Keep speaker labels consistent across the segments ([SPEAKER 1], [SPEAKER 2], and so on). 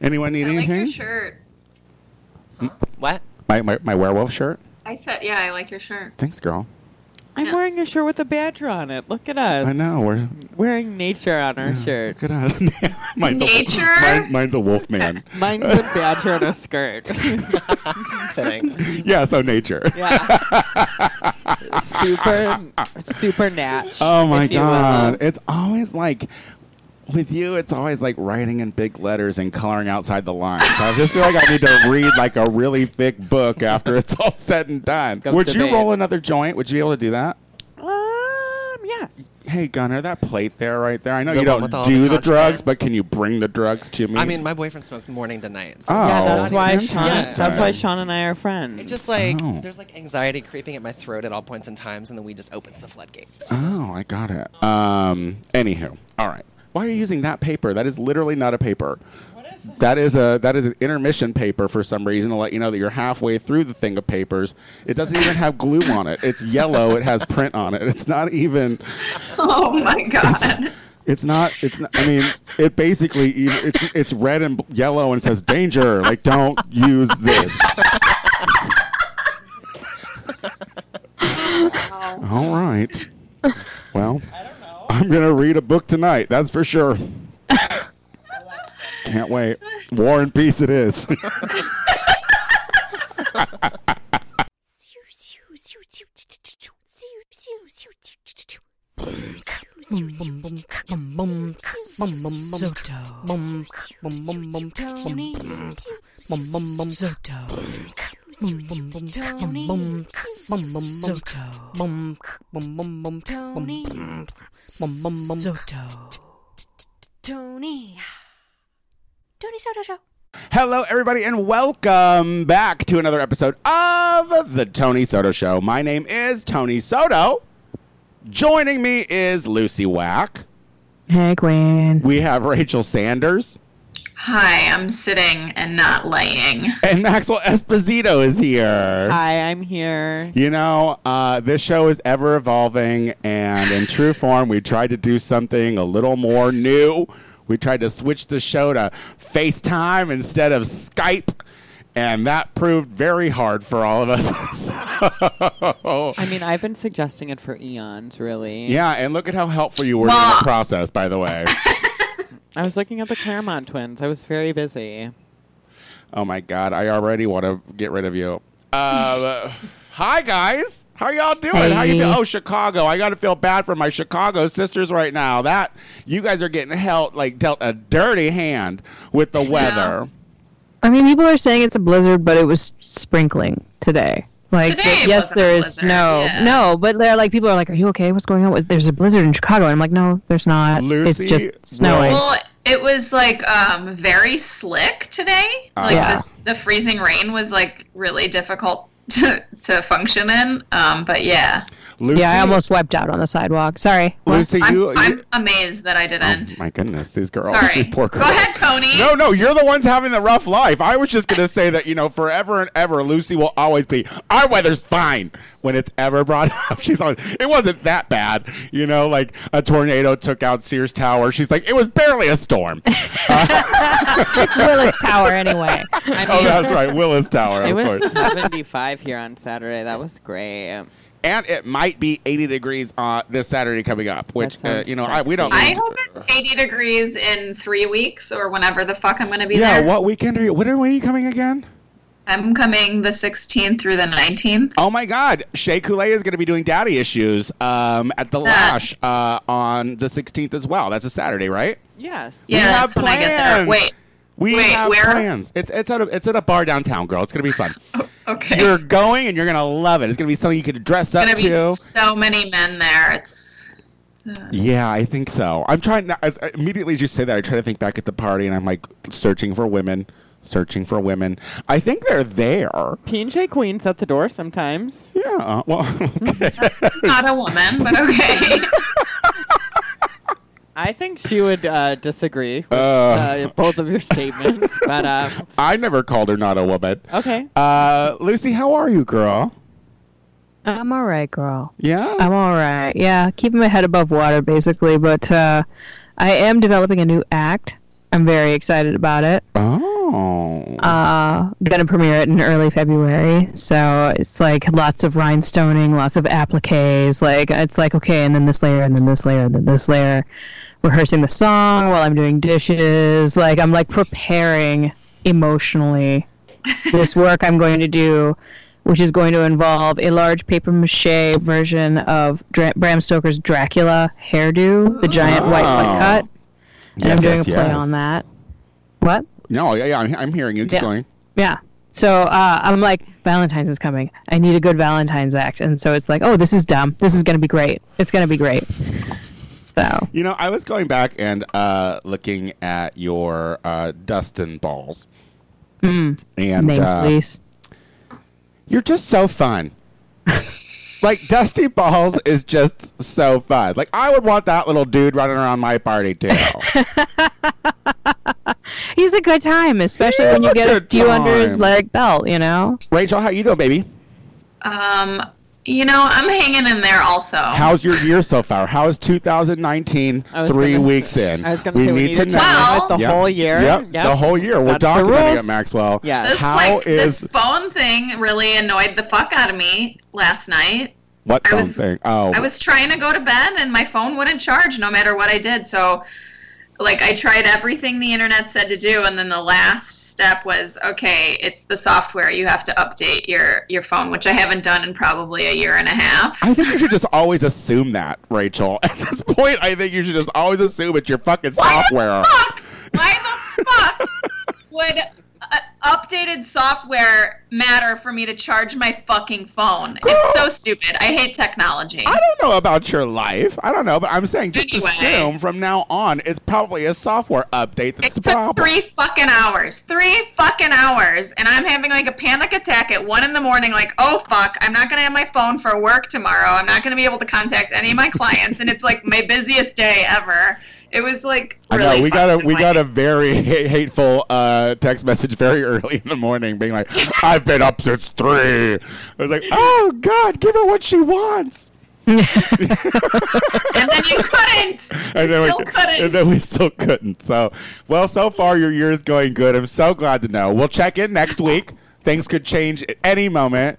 [SPEAKER 1] Anyone need
[SPEAKER 2] I like
[SPEAKER 1] anything?
[SPEAKER 2] your shirt.
[SPEAKER 3] What?
[SPEAKER 1] My, my my werewolf shirt.
[SPEAKER 2] I said, yeah, I like your shirt.
[SPEAKER 1] Thanks, girl.
[SPEAKER 4] I'm
[SPEAKER 2] Yeah.
[SPEAKER 4] wearing a shirt with a badger on it. Look at us.
[SPEAKER 1] I know we're
[SPEAKER 4] Wearing nature on our shirt.
[SPEAKER 1] Look at us. mine's
[SPEAKER 2] Nature?
[SPEAKER 1] A, mine, mine's a wolf man.
[SPEAKER 4] Mine's a badger on a skirt.
[SPEAKER 3] Sitting.
[SPEAKER 1] yeah, so nature.
[SPEAKER 4] yeah. super, super natch.
[SPEAKER 1] Oh my
[SPEAKER 4] if you will.
[SPEAKER 1] god! It's always like with you. It's always like writing in big letters and coloring outside the lines. I just feel like I need to read like a really thick book after it's all said and done.
[SPEAKER 4] Go
[SPEAKER 1] Would
[SPEAKER 4] to
[SPEAKER 1] you
[SPEAKER 4] bed.
[SPEAKER 1] roll another joint? Would you be able to do that?
[SPEAKER 4] Um, yes.
[SPEAKER 1] Hey Gunner, that plate there, right there. I know
[SPEAKER 3] The
[SPEAKER 1] you
[SPEAKER 3] one
[SPEAKER 1] don't
[SPEAKER 3] with all
[SPEAKER 1] do the,
[SPEAKER 3] the
[SPEAKER 1] drugs,
[SPEAKER 3] contraband?
[SPEAKER 1] but can you bring the drugs to me?
[SPEAKER 3] I mean, my boyfriend smokes morning to night. So
[SPEAKER 1] Oh,
[SPEAKER 4] yeah, that's why
[SPEAKER 1] fantastic.
[SPEAKER 4] Sean.
[SPEAKER 3] Yes.
[SPEAKER 4] That's why Sean and I are friends.
[SPEAKER 3] It's just like
[SPEAKER 1] Oh.
[SPEAKER 3] there's like anxiety creeping at my throat at all points in times, and the weed just opens the floodgates.
[SPEAKER 4] Ah.
[SPEAKER 1] Oh, I got it. Um. Anywho, all right. Why are you using that paper? That is literally not a paper. That is a that is an intermission paper for some reason to let you know that you're halfway through the thing of papers. It doesn't even have glue on it. It's yellow. It has print on it. It's not even.
[SPEAKER 2] Oh my god.
[SPEAKER 1] It's not. It's. Not, I mean, it basically. ev- It's it's red and b- yellow and says danger. Like don't use this.
[SPEAKER 2] Wow.
[SPEAKER 1] All right. Well, I don't know. I'm gonna read a book tonight. That's for sure. Can't wait. War and Peace. It is.
[SPEAKER 5] Tony. Tony Soto Show.
[SPEAKER 1] Hello, everybody, and welcome back to another episode of the Tony Soto Show. My name is Tony Soto. Joining me is Lucy Wack.
[SPEAKER 6] Hey, Queen.
[SPEAKER 1] We have Rachel Sanders.
[SPEAKER 2] Hi, I'm sitting and not laying.
[SPEAKER 1] And Maxwell Esposito is here.
[SPEAKER 4] Hi, I'm here.
[SPEAKER 1] You know, uh, this show is ever evolving, and in true form, we tried to do something a little more new. We tried to switch the show to FaceTime instead of Skype, and that proved very hard for all of us. So-
[SPEAKER 4] I mean, I've been suggesting it for eons, really.
[SPEAKER 1] yeah, and look at how helpful you were in the process, by the way.
[SPEAKER 4] I was looking at the Claremont twins. I was very busy.
[SPEAKER 1] Oh my God, I already want to get rid of you. Uh, hi guys, how y'all doing? How you feel?
[SPEAKER 6] Hey.
[SPEAKER 1] Oh, Chicago. I got to feel bad for my Chicago sisters right now. That you guys are getting held like dealt a dirty hand with the weather.
[SPEAKER 6] I mean, people are saying it's a blizzard, but it was sprinkling today. Like,
[SPEAKER 2] Today
[SPEAKER 6] that-
[SPEAKER 2] it
[SPEAKER 6] yes,
[SPEAKER 2] wasn't a
[SPEAKER 6] there is
[SPEAKER 2] blizzard,
[SPEAKER 6] snow.
[SPEAKER 2] yeah.
[SPEAKER 6] No, but they're like, people are like, "Are you okay? What's going on?" There's a blizzard in Chicago, and I'm like, "No, there's not.
[SPEAKER 1] Lucy,
[SPEAKER 6] it's just snowing."
[SPEAKER 1] well-
[SPEAKER 2] Well, it was like um, very slick today.
[SPEAKER 1] Ah.
[SPEAKER 2] Like
[SPEAKER 6] Yeah.
[SPEAKER 2] this, the freezing rain was like really difficult to, to function in. Um, but yeah,
[SPEAKER 1] Lucy,
[SPEAKER 6] yeah, I almost wiped out on the sidewalk. Sorry.
[SPEAKER 1] Lucy,
[SPEAKER 2] I'm,
[SPEAKER 1] you.
[SPEAKER 2] I'm
[SPEAKER 1] you-
[SPEAKER 2] amazed that I didn't.
[SPEAKER 1] my goodness, these girls,
[SPEAKER 2] Sorry.
[SPEAKER 1] these poor
[SPEAKER 2] Go
[SPEAKER 1] girls.
[SPEAKER 2] ahead, Tony.
[SPEAKER 1] No, no, you're the ones having the rough life. I was just going to say that, you know, forever and ever, Lucy will always be, our weather's fine when it's ever brought up. She's always, it wasn't that bad. You know, like a tornado took out Sears Tower. She's like, it was barely a storm.
[SPEAKER 6] Willis Tower, anyway.
[SPEAKER 1] oh, that's right. Willis Tower,
[SPEAKER 4] It
[SPEAKER 1] of
[SPEAKER 4] was
[SPEAKER 1] course.
[SPEAKER 4] 75 here on Saturday. That was great.
[SPEAKER 1] And it might be 80 degrees uh, this Saturday coming up, which, uh,
[SPEAKER 4] sounds
[SPEAKER 1] you know, I, we don't.
[SPEAKER 2] I hope it's 80 degrees in three weeks or whenever the fuck I'm going to be
[SPEAKER 1] yeah,
[SPEAKER 2] there.
[SPEAKER 1] what weekend are you? When are, when are you coming again?
[SPEAKER 2] I'm coming the 16th through the 19th.
[SPEAKER 1] Oh my God, Shea Coulee is going to be doing daddy issues um, at the Lash uh, on the 16th as well. That's a Saturday, right?
[SPEAKER 4] Yes.
[SPEAKER 2] Yeah,
[SPEAKER 1] have
[SPEAKER 2] that's when I get there.
[SPEAKER 1] plans.
[SPEAKER 2] Wait.
[SPEAKER 1] We
[SPEAKER 2] Wait,
[SPEAKER 1] have
[SPEAKER 2] where?
[SPEAKER 1] plans. It's it's at a, it's at a bar downtown, girl. It's gonna be fun.
[SPEAKER 2] Okay.
[SPEAKER 1] You're going and you're gonna love it. It's gonna be something you can dress up
[SPEAKER 2] gonna be
[SPEAKER 1] to.
[SPEAKER 2] so many men there. It's
[SPEAKER 1] Yeah, I think so. I'm trying to, as immediately as you say that, I try to think back at the party and I'm like searching for women, searching for women. I think they're there.
[SPEAKER 4] P&J Queen's at the door sometimes.
[SPEAKER 1] Yeah. Well,
[SPEAKER 2] not a woman, but okay.
[SPEAKER 4] I think she would uh, disagree with uh, both of your statements, but uh,
[SPEAKER 1] I never called her not a woman.
[SPEAKER 4] okay.
[SPEAKER 1] Uh, Lucy, how are you, girl?
[SPEAKER 6] I'm all right, girl.
[SPEAKER 1] Yeah.
[SPEAKER 6] I'm all right. Yeah, keeping my head above water, basically. But uh, I am developing a new act I'm very excited about it.
[SPEAKER 1] Oh.
[SPEAKER 6] Uh, gonna premiere it in early February, so it's like lots of rhinestoning, lots of appliques. Like it's like okay, and then this layer, and then this layer, and then this layer. Rehearsing the song while I'm doing dishes. Like I'm like preparing emotionally this work I'm going to do, which is going to involve a large paper mache version of Dra- Bram Stoker's Dracula hairdo, the giant white
[SPEAKER 1] Wow.
[SPEAKER 6] one cut. And
[SPEAKER 1] Oh. Yes,
[SPEAKER 6] I'm doing
[SPEAKER 1] yes,
[SPEAKER 6] a play
[SPEAKER 1] yes.
[SPEAKER 6] on that. What?
[SPEAKER 1] No, yeah, yeah I'm, I'm hearing you. Keep
[SPEAKER 6] Yeah.
[SPEAKER 1] going.
[SPEAKER 6] Yeah. So uh, I'm like, Valentine's is coming. I need a good Valentine's act. And so it's like, oh, this is dumb. This is going to be great. It's going to be great. So
[SPEAKER 1] You know, I was going back and uh, looking at your uh, Dustin balls.
[SPEAKER 6] Mm.
[SPEAKER 1] And
[SPEAKER 6] name,
[SPEAKER 1] uh,
[SPEAKER 6] please.
[SPEAKER 1] You're just so fun. like Dusty Balls is just so fun. Like I would want that little dude running around my party too.
[SPEAKER 6] He's a good time, especially when
[SPEAKER 1] is
[SPEAKER 6] you
[SPEAKER 1] a
[SPEAKER 6] get a
[SPEAKER 1] good
[SPEAKER 6] few under his
[SPEAKER 1] time.
[SPEAKER 6] leg belt, you know?
[SPEAKER 1] Rachel, how you doing, baby?
[SPEAKER 2] Um, you know, I'm hanging in there also.
[SPEAKER 1] How's your year so far? How is 2019?
[SPEAKER 4] I was
[SPEAKER 1] Three
[SPEAKER 4] gonna s-
[SPEAKER 1] weeks in.
[SPEAKER 4] I was going to say we, need, to
[SPEAKER 2] know.
[SPEAKER 4] check
[SPEAKER 2] Well-
[SPEAKER 4] it the
[SPEAKER 1] Yep.
[SPEAKER 4] whole year.
[SPEAKER 1] Yep, the whole year. We're
[SPEAKER 4] That's the
[SPEAKER 1] documenting it,
[SPEAKER 4] rules.
[SPEAKER 1] Maxwell.
[SPEAKER 4] Yes.
[SPEAKER 2] this,
[SPEAKER 1] How
[SPEAKER 2] like,
[SPEAKER 1] is-
[SPEAKER 2] this phone thing really annoyed the fuck out of me last night.
[SPEAKER 1] What
[SPEAKER 2] I
[SPEAKER 1] phone
[SPEAKER 2] was-
[SPEAKER 1] thing? Oh,
[SPEAKER 2] I was trying to go to bed and my phone wouldn't charge no matter what I did. So, like, I tried everything the internet said to do, and then the last step was okay, it's the software. You have to update your your phone, which I haven't done in probably a year and a half.
[SPEAKER 1] I think you should just always assume that, Rachel. At this point, I think you should just always assume it's your fucking software.
[SPEAKER 2] Why the fuck? Why the fuck would uh, updated software matter for me to charge my fucking phone? It's so stupid. I hate technology.
[SPEAKER 1] I don't know about your life. I don't know, but I'm saying just
[SPEAKER 2] Anyway.
[SPEAKER 1] assume from now on it's probably a software update that's
[SPEAKER 2] It
[SPEAKER 1] the
[SPEAKER 2] took
[SPEAKER 1] problem.
[SPEAKER 2] three fucking hours. Three fucking hours. And I'm having like a panic attack at one in the morning, like, oh fuck, I'm not going to have my phone for work tomorrow. I'm not going to be able to contact any of my clients. and it's like my busiest day ever. It was like,
[SPEAKER 1] I
[SPEAKER 2] really
[SPEAKER 1] know we got a
[SPEAKER 2] fucking
[SPEAKER 1] we got
[SPEAKER 2] annoying.
[SPEAKER 1] a very ha- hateful uh, text message very early in the morning, being like, "I've been up since three. I was like, "Oh God, give her what she wants."
[SPEAKER 2] And then you couldn't.
[SPEAKER 1] And
[SPEAKER 2] you
[SPEAKER 1] then,
[SPEAKER 2] still
[SPEAKER 1] we,
[SPEAKER 2] couldn't.
[SPEAKER 1] and then we still couldn't. So, well, so far your year's going good. I'm so glad to know. We'll check in next week. Things could change at any moment.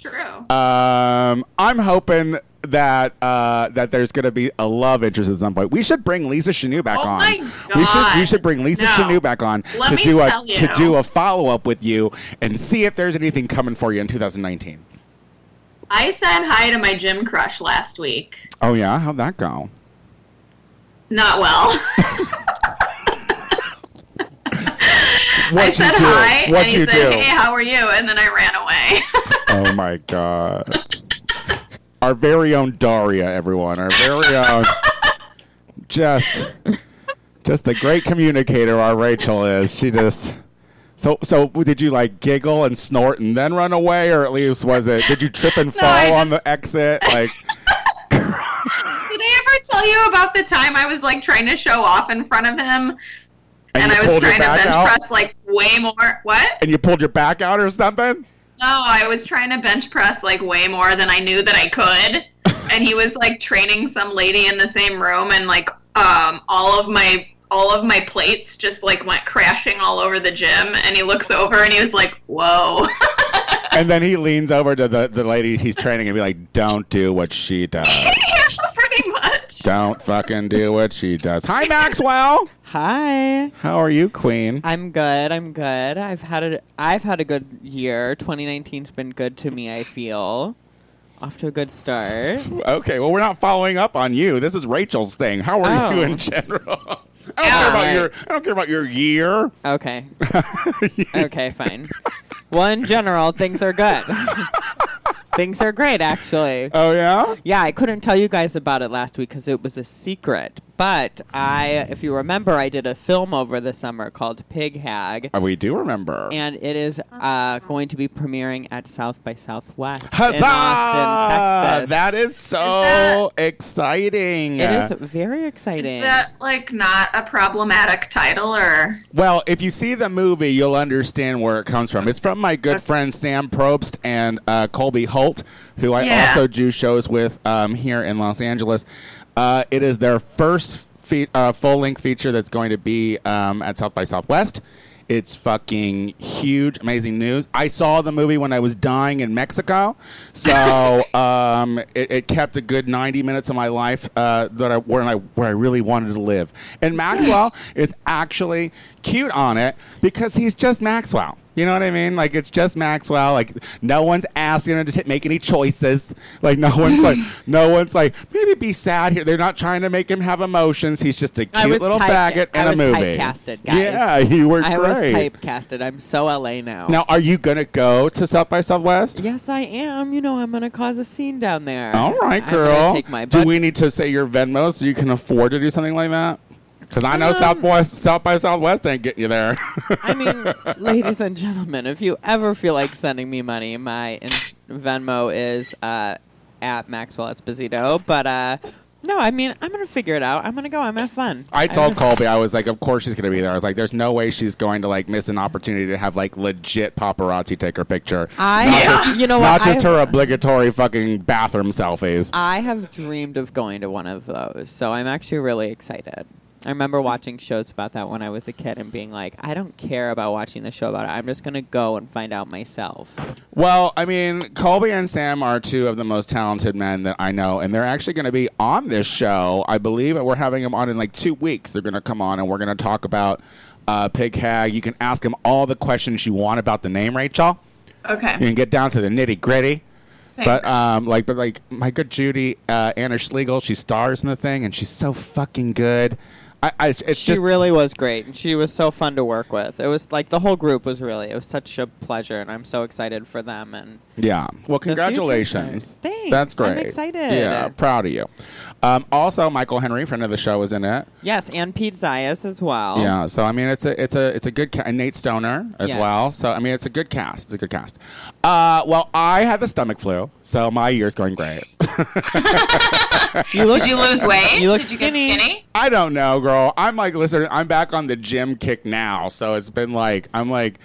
[SPEAKER 2] True.
[SPEAKER 1] Um, I'm hoping that uh, that there's going to be a love interest at some point. We should bring Lisa Chanou back
[SPEAKER 2] Oh
[SPEAKER 1] on.
[SPEAKER 2] my
[SPEAKER 1] We should we
[SPEAKER 2] God.
[SPEAKER 1] should bring Lisa
[SPEAKER 2] No.
[SPEAKER 1] Chanou back on
[SPEAKER 2] Let
[SPEAKER 1] to
[SPEAKER 2] me
[SPEAKER 1] do a
[SPEAKER 2] tell you.
[SPEAKER 1] to do a follow up with you and see if there's anything coming for you in 2019.
[SPEAKER 2] I said hi to my gym crush last week.
[SPEAKER 1] Oh yeah, how'd that go?
[SPEAKER 2] Not well. I
[SPEAKER 1] What you
[SPEAKER 2] said
[SPEAKER 1] do?
[SPEAKER 2] hi,
[SPEAKER 1] What
[SPEAKER 2] and he
[SPEAKER 1] you do?
[SPEAKER 2] said, "Hey, how are you?" And then I ran away.
[SPEAKER 1] Oh my god. Our very own Daria, everyone. Our very own just just the great communicator our Rachel is. She just so so did you like giggle and snort and then run away or at least was it did you trip and fall
[SPEAKER 2] I
[SPEAKER 1] on the
[SPEAKER 2] just-
[SPEAKER 1] exit? Like
[SPEAKER 2] Did I ever tell you about the time I was like trying to show off in front of him, and,
[SPEAKER 1] you
[SPEAKER 2] I was
[SPEAKER 1] pulled your
[SPEAKER 2] trying to
[SPEAKER 1] back
[SPEAKER 2] bench
[SPEAKER 1] out
[SPEAKER 2] press like way more? What?
[SPEAKER 1] and you pulled your back out or something?
[SPEAKER 2] No, I was trying to bench press like way more than I knew that I could. and he was like training some lady in the same room and like um all of my all of my plates just like went crashing all over the gym and he looks over and he was like, "Whoa."
[SPEAKER 1] And then he leans over to the, the lady he's training and be like, Don't do what she does.
[SPEAKER 2] yeah, pretty much.
[SPEAKER 1] Don't fucking do what she does. Hi Maxwell.
[SPEAKER 4] Hi.
[SPEAKER 1] How are you, Queen?
[SPEAKER 4] I'm good. I'm good. I've had a I've had a good year. 2019's been good to me. I feel off to a good start.
[SPEAKER 1] Okay, well, we're not following up on you. This is Rachel's thing. How are
[SPEAKER 4] Oh.
[SPEAKER 1] you in general? I don't care
[SPEAKER 2] Yeah.
[SPEAKER 1] about your. I don't care about your year.
[SPEAKER 4] Okay. okay. Fine. Well, in general, things are good. things are great, actually.
[SPEAKER 1] Oh yeah.
[SPEAKER 4] Yeah, I couldn't tell you guys about it last week because it was a secret. But I, if you remember, I did a film over the summer called Pig Hag,
[SPEAKER 1] Uh, We do remember.
[SPEAKER 4] and it is uh, going to be premiering at South by Southwest
[SPEAKER 1] Huzzah!
[SPEAKER 4] in Austin, Texas.
[SPEAKER 1] That is so
[SPEAKER 2] Is
[SPEAKER 1] exciting.
[SPEAKER 4] It is very exciting.
[SPEAKER 2] Is that like not a problematic title or
[SPEAKER 1] Well, if you see the movie, you'll understand where it comes from. It's from my good friend Sam Probst and uh, Colby Holt, who I
[SPEAKER 2] Yeah.
[SPEAKER 1] also do shows with um, here in Los Angeles. Uh, it is their first fe- uh, full length feature that's going to be um, at South by Southwest. It's fucking huge, amazing news. I saw the movie when I was dying in Mexico, so um, it, it kept a good ninety minutes of my life uh, that I where I where I really wanted to live. And Maxwell is actually cute on it because he's just Maxwell. You know what I mean? Like it's just Maxwell. Like no one's asking him to t- make any choices. Like no one's like no one's like maybe be sad here. They're not trying to make him have emotions. He's just a
[SPEAKER 4] I
[SPEAKER 1] cute
[SPEAKER 4] was
[SPEAKER 1] little
[SPEAKER 4] type-
[SPEAKER 1] faggot in
[SPEAKER 4] I
[SPEAKER 1] a
[SPEAKER 4] was
[SPEAKER 1] movie.
[SPEAKER 4] typecasted, guys.
[SPEAKER 1] Yeah, you were
[SPEAKER 4] I was
[SPEAKER 1] great.
[SPEAKER 4] typecasted. I'm so LA now.
[SPEAKER 1] Now, are you gonna go to South by Southwest?
[SPEAKER 4] Yes, I am. You know, I'm going to cause a scene down there.
[SPEAKER 1] All right,
[SPEAKER 4] I'm
[SPEAKER 1] girl.
[SPEAKER 4] gonna take my
[SPEAKER 1] do
[SPEAKER 4] butt.
[SPEAKER 1] we need to say your Venmo so you can afford to do something like that? Because
[SPEAKER 4] Um,
[SPEAKER 1] I know Southwest, South by Southwest ain't getting you there.
[SPEAKER 4] I mean, ladies and gentlemen, if you ever feel like sending me money, my in- Venmo is uh, at Maxwell Esposito. But uh, no, I mean, I'm going to figure it out. I'm going to go. I'm going to have fun.
[SPEAKER 1] I told
[SPEAKER 4] I'm-
[SPEAKER 1] Colby, I was like, of course she's going to be there. I was like, there's no way she's going to like miss an opportunity to have like legit paparazzi take her picture.
[SPEAKER 4] I,
[SPEAKER 1] not
[SPEAKER 4] just, you know
[SPEAKER 1] not
[SPEAKER 4] what?
[SPEAKER 1] just
[SPEAKER 4] I,
[SPEAKER 1] her obligatory fucking bathroom selfies.
[SPEAKER 4] I have dreamed of going to one of those, so I'm actually really excited. I remember watching shows about that when I was a kid and being like, I don't care about watching the show about it. I'm just going to go and find out myself.
[SPEAKER 1] Well, I mean, Colby and Sam are two of the most talented men that I know, and they're actually going to be on this show. I believe we're having them on in like two weeks. They're going to come on, and we're going to talk about uh, Pig Hag. You can ask them all the questions you want about the name, Rachel.
[SPEAKER 2] Okay.
[SPEAKER 1] You can get down to the nitty gritty. But
[SPEAKER 2] Thanks.
[SPEAKER 1] um, like, but like, my good Judy uh, Anna Schlegel, she stars in the thing, and she's so fucking good. I, I it's
[SPEAKER 4] she
[SPEAKER 1] just
[SPEAKER 4] really was great and she was so fun to work with it was like the whole group was really it was such a pleasure and i'm so excited for them and
[SPEAKER 1] Yeah. Well,
[SPEAKER 4] future
[SPEAKER 1] congratulations.
[SPEAKER 4] stars. Thanks.
[SPEAKER 1] That's great.
[SPEAKER 4] I'm excited.
[SPEAKER 1] Yeah. Proud of you. Um, also, Michael Henry, friend of the show, is in it.
[SPEAKER 4] yes and pete zayas as well
[SPEAKER 1] Yeah. So I mean, it's a it's a it's a good ca- and Nate Stoner as
[SPEAKER 4] Oh. Yes.
[SPEAKER 1] well. So I mean, it's a good cast. It's a good cast. Uh, well, I had the stomach flu, so my year's going great.
[SPEAKER 4] you look
[SPEAKER 2] Did you lose weight?
[SPEAKER 4] You look
[SPEAKER 2] Did you get
[SPEAKER 4] skinny.
[SPEAKER 2] skinny?
[SPEAKER 1] I don't know, girl. I'm like, listen, I'm back on the gym kick now, so it's been like, I'm like.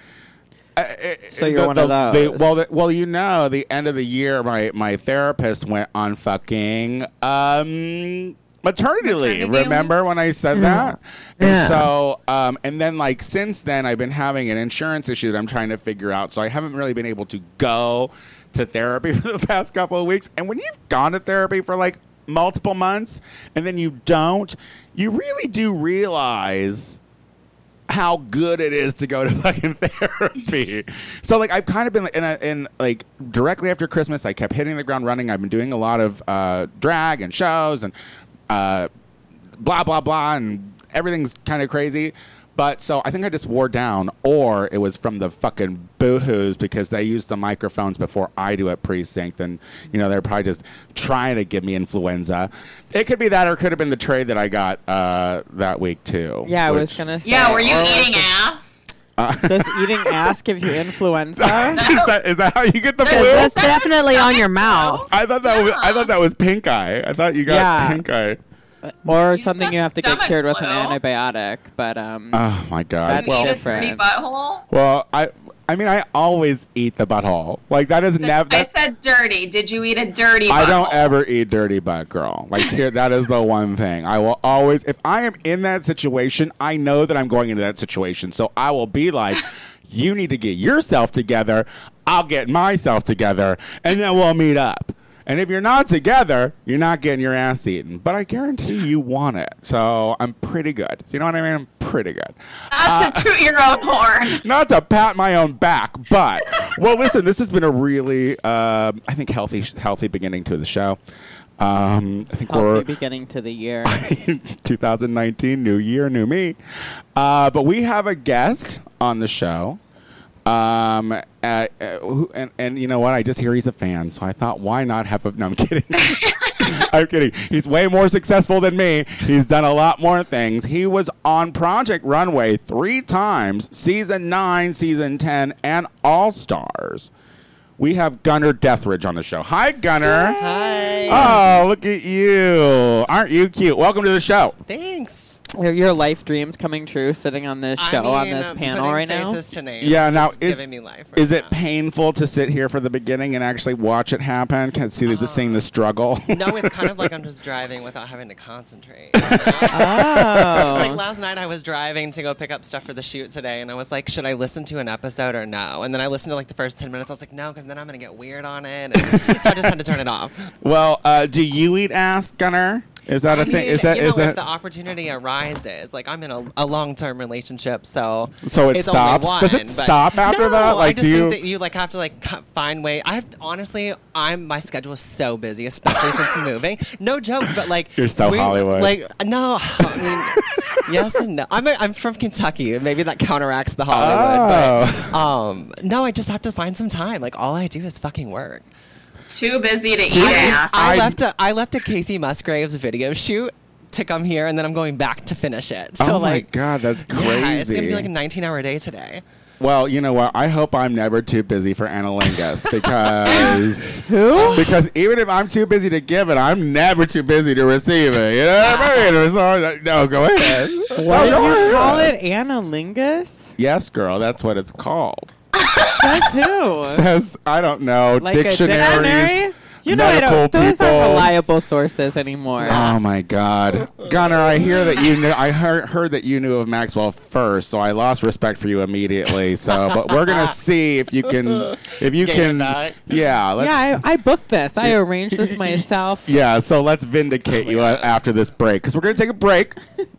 [SPEAKER 1] uh,
[SPEAKER 4] So you're one of
[SPEAKER 1] the-
[SPEAKER 4] those.
[SPEAKER 1] well, the, well, you know, the end of the year, my my therapist went on fucking um, maternity leave.
[SPEAKER 2] leave.
[SPEAKER 1] Remember when I said that?
[SPEAKER 6] Yeah.
[SPEAKER 1] And so, um, and then like since then, I've been having an insurance issue that I'm trying to figure out. So I haven't really been able to go to therapy for the past couple of weeks. And when you've gone to therapy for like multiple months and then you don't, you really do realize how good it is to go to fucking therapy. so like I've kind of been like and, I- and like directly after Christmas I kept hitting the ground running. I've been doing a lot of uh, drag and shows and uh, blah blah blah and everything's kind of crazy. But so I think I just wore down, or it was from the fucking boohoos because they use the microphones before I do at precinct, and you know they're probably just trying to give me influenza. It could be that, or it could have been the trade that I got uh, that week too.
[SPEAKER 4] yeah i was
[SPEAKER 1] which-
[SPEAKER 4] gonna say
[SPEAKER 2] Yeah, were you
[SPEAKER 4] or
[SPEAKER 6] Oh,
[SPEAKER 4] was
[SPEAKER 2] eating
[SPEAKER 4] it-
[SPEAKER 2] ass?
[SPEAKER 4] does eating ass give you influenza
[SPEAKER 1] is, that, is that how you get the flu?
[SPEAKER 6] That's definitely on your mouth.
[SPEAKER 1] I thought that was I thought that was pink eye. I thought you got
[SPEAKER 4] Yeah.
[SPEAKER 1] pink eye.
[SPEAKER 4] or
[SPEAKER 2] said
[SPEAKER 4] something you have to get
[SPEAKER 2] stomach
[SPEAKER 4] cured with an
[SPEAKER 2] flu.
[SPEAKER 4] antibiotic but um
[SPEAKER 1] Oh my god.
[SPEAKER 4] That's
[SPEAKER 2] You
[SPEAKER 1] well,
[SPEAKER 2] eat a
[SPEAKER 4] different.
[SPEAKER 2] dirty butthole?
[SPEAKER 1] well, I I mean I always eat the butthole. Like that is never.
[SPEAKER 2] I said dirty. Did you eat a dirty butthole?
[SPEAKER 1] I don't ever eat dirty butt, girl. Like here, that is the one thing I will always. If I am in that situation, I know that I'm going into that situation, so I will be like, "You need to get yourself together. I'll get myself together, and then we'll meet up." And if you're not together, you're not getting your ass eaten. But I guarantee you want it. So I'm pretty good. You know what I mean? I'm pretty good
[SPEAKER 2] Not
[SPEAKER 1] uh,
[SPEAKER 2] to toot your own horn.
[SPEAKER 1] not to pat my own back, but well, listen, this has been a really, um, I think, healthy, healthy beginning to the show. Um, I think
[SPEAKER 4] healthy
[SPEAKER 1] we're
[SPEAKER 4] beginning to the year
[SPEAKER 1] 2019, new year, new me. Uh, but we have a guest on the show. Um, uh, uh, who- and, and you know what? I just hear he's a fan, so I thought, why not have a. No, I'm kidding. I'm kidding. He's way more successful than me. He's done a lot more things. He was on Project Runway three times season nine, season 10, and All Stars. We have Gunnar Deathridge on the show. Hi, Gunnar.
[SPEAKER 4] hi
[SPEAKER 1] Oh, look at you. Aren't you cute? Welcome to the show.
[SPEAKER 3] Thanks.
[SPEAKER 4] Your- Your life dreams coming true sitting on this show
[SPEAKER 3] I
[SPEAKER 4] on
[SPEAKER 3] mean,
[SPEAKER 4] this
[SPEAKER 3] I'm
[SPEAKER 4] panel
[SPEAKER 3] putting
[SPEAKER 4] right now.
[SPEAKER 3] faces To names
[SPEAKER 1] Yeah, now
[SPEAKER 3] is
[SPEAKER 1] is,
[SPEAKER 3] giving me life. right
[SPEAKER 1] is it
[SPEAKER 3] now.
[SPEAKER 1] painful to sit here for the beginning and actually watch it happen? Can see the seeing
[SPEAKER 3] Oh.
[SPEAKER 1] the struggle.
[SPEAKER 3] No, it's kind of like I'm just driving without having to concentrate. you know? like
[SPEAKER 4] Oh.
[SPEAKER 3] last night, I was driving to go pick up stuff for the shoot today, and I was like, should I listen to an episode or no? And then I listened to like the first 10 minutes. I was like, no, because then I'm going to get weird on it. And so I just had to turn it off.
[SPEAKER 1] well, uh, do you eat ass, Gunner? Is that a
[SPEAKER 3] I mean,
[SPEAKER 1] thing? Is that
[SPEAKER 3] you know,
[SPEAKER 1] is
[SPEAKER 3] if
[SPEAKER 1] that
[SPEAKER 3] the opportunity arises, like I'm in a, a long-term relationship, so
[SPEAKER 1] So it
[SPEAKER 3] it's
[SPEAKER 1] stops?
[SPEAKER 3] Only one,
[SPEAKER 1] Does it
[SPEAKER 3] but-
[SPEAKER 1] stop after
[SPEAKER 3] No,
[SPEAKER 1] that?
[SPEAKER 3] I
[SPEAKER 1] Like,
[SPEAKER 3] just
[SPEAKER 1] do
[SPEAKER 3] think
[SPEAKER 1] you-
[SPEAKER 3] that you like have to like cut- find way. I have honestly, I'm my schedule is so busy, especially since moving. No joke, but like
[SPEAKER 1] You're so
[SPEAKER 3] we-
[SPEAKER 1] Hollywood.
[SPEAKER 3] Like no, I mean, yes and no. I'm a, I'm from Kentucky, and maybe that counteracts the Hollywood.
[SPEAKER 1] Oh.
[SPEAKER 3] But
[SPEAKER 1] Ah.
[SPEAKER 3] um, no, I just have to find some time. Like all I do is fucking work.
[SPEAKER 2] Too busy to eat ass.
[SPEAKER 3] I,
[SPEAKER 1] I-
[SPEAKER 3] left a I left a Casey Musgraves video shoot to come here, and then I'm going back to finish it. So
[SPEAKER 1] oh
[SPEAKER 3] like,
[SPEAKER 1] my god, that's crazy.
[SPEAKER 3] yeah, it's gonna be like a 19 hour day today.
[SPEAKER 1] Well, you know what? I hope I'm never too busy for analingus because who? Because even if I'm too busy to give it, I'm never too busy to receive it. You know what I mean? So, no, go ahead.
[SPEAKER 4] What
[SPEAKER 1] Why
[SPEAKER 4] did you call it? Analingus?
[SPEAKER 1] Yes, girl, that's what it's called.
[SPEAKER 4] Says who?
[SPEAKER 1] Says I don't know
[SPEAKER 4] Like
[SPEAKER 1] dictionaries.
[SPEAKER 4] a dictionary? You know, I don't.
[SPEAKER 1] medical
[SPEAKER 4] Those aren't
[SPEAKER 1] people.
[SPEAKER 4] reliable sources anymore.
[SPEAKER 1] Oh my God, Gunnar! I hear that you knew. I heard, heard that you knew of Maxwell first, so I lost respect for you immediately. So, but we're gonna see if you can, if you
[SPEAKER 3] Get it
[SPEAKER 1] can,
[SPEAKER 3] back.
[SPEAKER 1] yeah, let's,
[SPEAKER 4] yeah, I, I booked this. I arranged this myself.
[SPEAKER 1] yeah. So let's vindicate you a- after this break because we're gonna take a break.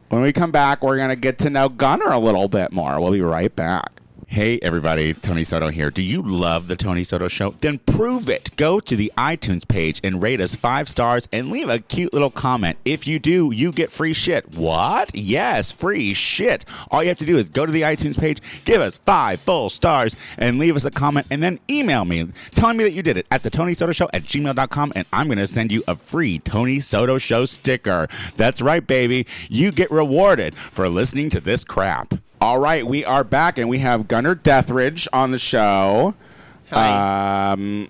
[SPEAKER 1] when we come back, we're gonna get to know Gunnar a little bit more. We'll be right back. Hey everybody, Tony Soto here. Do you love the Tony Soto show? Then prove it. Go to the iTunes page and rate us 5 stars and leave a cute little comment. If you do, you get free shit. What? Yes, free shit. All you have to do is go to the iTunes page, give us 5 full stars and leave us a comment and then email me telling me that you did it at the Tony Soto show at gmail.com and I'm going to send you a free Tony Soto show sticker. That's right baby. You get rewarded for listening to this crap. All right, we are back, and we have Gunnar Deathridge on the show.
[SPEAKER 3] Hi.
[SPEAKER 1] Um,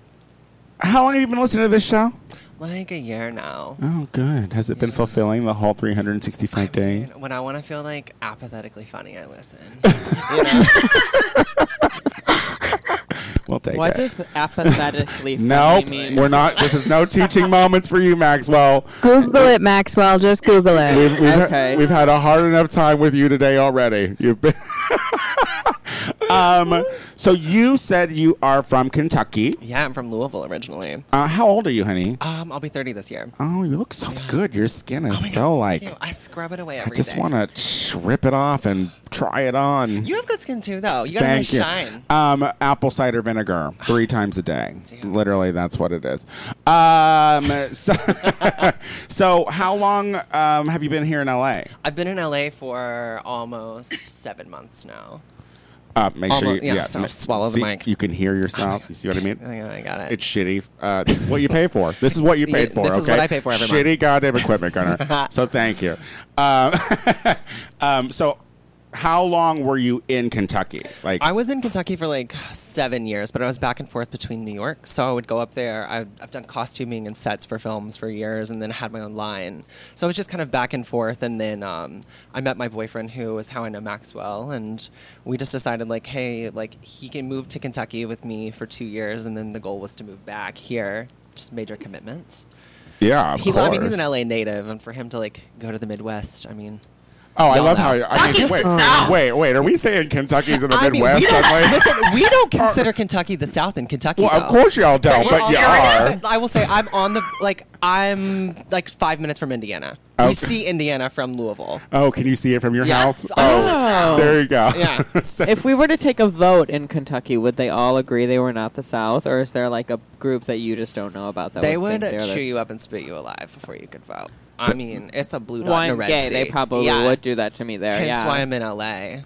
[SPEAKER 1] how long have you been listening to this show?
[SPEAKER 3] like a year now.
[SPEAKER 1] Oh, good. Has it been fulfilling the whole 365 days?
[SPEAKER 3] When I want to feel like apathetically funny, I listen. you know?
[SPEAKER 1] We'll take
[SPEAKER 4] What
[SPEAKER 1] it.
[SPEAKER 4] does apathetically
[SPEAKER 1] nope,
[SPEAKER 4] funny mean?
[SPEAKER 1] we're not. This is no teaching moments for you, Maxwell.
[SPEAKER 6] Google it, Maxwell. Just Google it.
[SPEAKER 1] We've, we've,
[SPEAKER 4] Okay.
[SPEAKER 1] we've had a hard enough time with you today already. You've been. um, so you said you are from Kentucky.
[SPEAKER 3] Yeah, I'm from Louisville originally.
[SPEAKER 1] Uh, how old are you, honey?
[SPEAKER 3] Um, I'll be 30 this year.
[SPEAKER 1] Oh, you look so good. Your skin is
[SPEAKER 3] Oh my
[SPEAKER 1] so
[SPEAKER 3] God,
[SPEAKER 1] like.
[SPEAKER 3] thank you. I scrub it away
[SPEAKER 1] I
[SPEAKER 3] every day.
[SPEAKER 1] just want to rip it off and try it on.
[SPEAKER 3] You have good skin too, though. You got a
[SPEAKER 1] Thank
[SPEAKER 3] nice
[SPEAKER 1] you.
[SPEAKER 3] shine.
[SPEAKER 1] Um, apple cider vinegar three times a day.
[SPEAKER 3] Damn.
[SPEAKER 1] Literally, that's what it is. Um, so, so how long um, have you been here in LA?
[SPEAKER 3] I've been in LA for almost seven months now.
[SPEAKER 1] Uh, make sure you
[SPEAKER 3] Almost- yeah, sorry, swallow the
[SPEAKER 1] see,
[SPEAKER 3] mic.
[SPEAKER 1] You can hear yourself. Oh, you see what I mean?
[SPEAKER 3] I think I got it.
[SPEAKER 1] It's shitty. Uh, this is what you pay for. This is what you paid
[SPEAKER 3] Yeah,
[SPEAKER 1] for.
[SPEAKER 3] this
[SPEAKER 1] okay?
[SPEAKER 3] is what I pay for every
[SPEAKER 1] shitty
[SPEAKER 3] month.
[SPEAKER 1] goddamn equipment, Gunner. so thank you. Um, um, so, how long were you in Kentucky? Like,
[SPEAKER 3] I was in Kentucky for like seven years, but I was back and forth between New York. So I would go up there. I've, I've done costuming and sets for films for years, and then had my own line. So it was just kind of back and forth. And then um, I met my boyfriend, who is how I know Maxwell, and we just decided like, hey, like he can move to Kentucky with me for two years, and then the goal was to move back here. Just major commitment.
[SPEAKER 1] yeah, of
[SPEAKER 3] He,
[SPEAKER 1] course.
[SPEAKER 3] I mean, he's an LA native, and for him to like go to the Midwest, I mean,
[SPEAKER 1] Oh, I
[SPEAKER 3] Y'all
[SPEAKER 1] love
[SPEAKER 3] know.
[SPEAKER 1] how. I mean,
[SPEAKER 2] Kentucky
[SPEAKER 1] wait,
[SPEAKER 2] South.
[SPEAKER 1] wait, wait. Are we saying Kentucky's in the
[SPEAKER 3] I mean,
[SPEAKER 1] Midwest?
[SPEAKER 3] we don't-
[SPEAKER 1] suddenly?
[SPEAKER 3] we don't consider Kentucky the South in Kentucky.
[SPEAKER 1] well, of
[SPEAKER 3] though.
[SPEAKER 1] course y'all don't,
[SPEAKER 3] We're
[SPEAKER 1] but
[SPEAKER 3] all-
[SPEAKER 1] you are.
[SPEAKER 3] I will say I'm on the like I'm like five minutes from Indiana.
[SPEAKER 1] Okay.
[SPEAKER 3] We see Indiana from Louisville.
[SPEAKER 1] Oh, can you see it from your
[SPEAKER 3] Yes.
[SPEAKER 1] house? Oh,
[SPEAKER 4] Oh.
[SPEAKER 1] there you go.
[SPEAKER 3] Yeah.
[SPEAKER 1] So-
[SPEAKER 4] if we were to take a vote in Kentucky, would they all agree they were not the South, or is there like a group that you just don't know about that
[SPEAKER 3] They
[SPEAKER 4] would
[SPEAKER 3] would
[SPEAKER 4] think they're
[SPEAKER 3] chew
[SPEAKER 4] the-
[SPEAKER 3] you up and spit you alive before you could vote. I mean, it's a blue dot
[SPEAKER 4] Well,
[SPEAKER 3] in a
[SPEAKER 4] I'm
[SPEAKER 3] red
[SPEAKER 4] gay.
[SPEAKER 3] sea.
[SPEAKER 4] They probably
[SPEAKER 3] Yeah.
[SPEAKER 4] would do that to me there.
[SPEAKER 3] Hence
[SPEAKER 4] yeah.
[SPEAKER 3] why I'm in LA.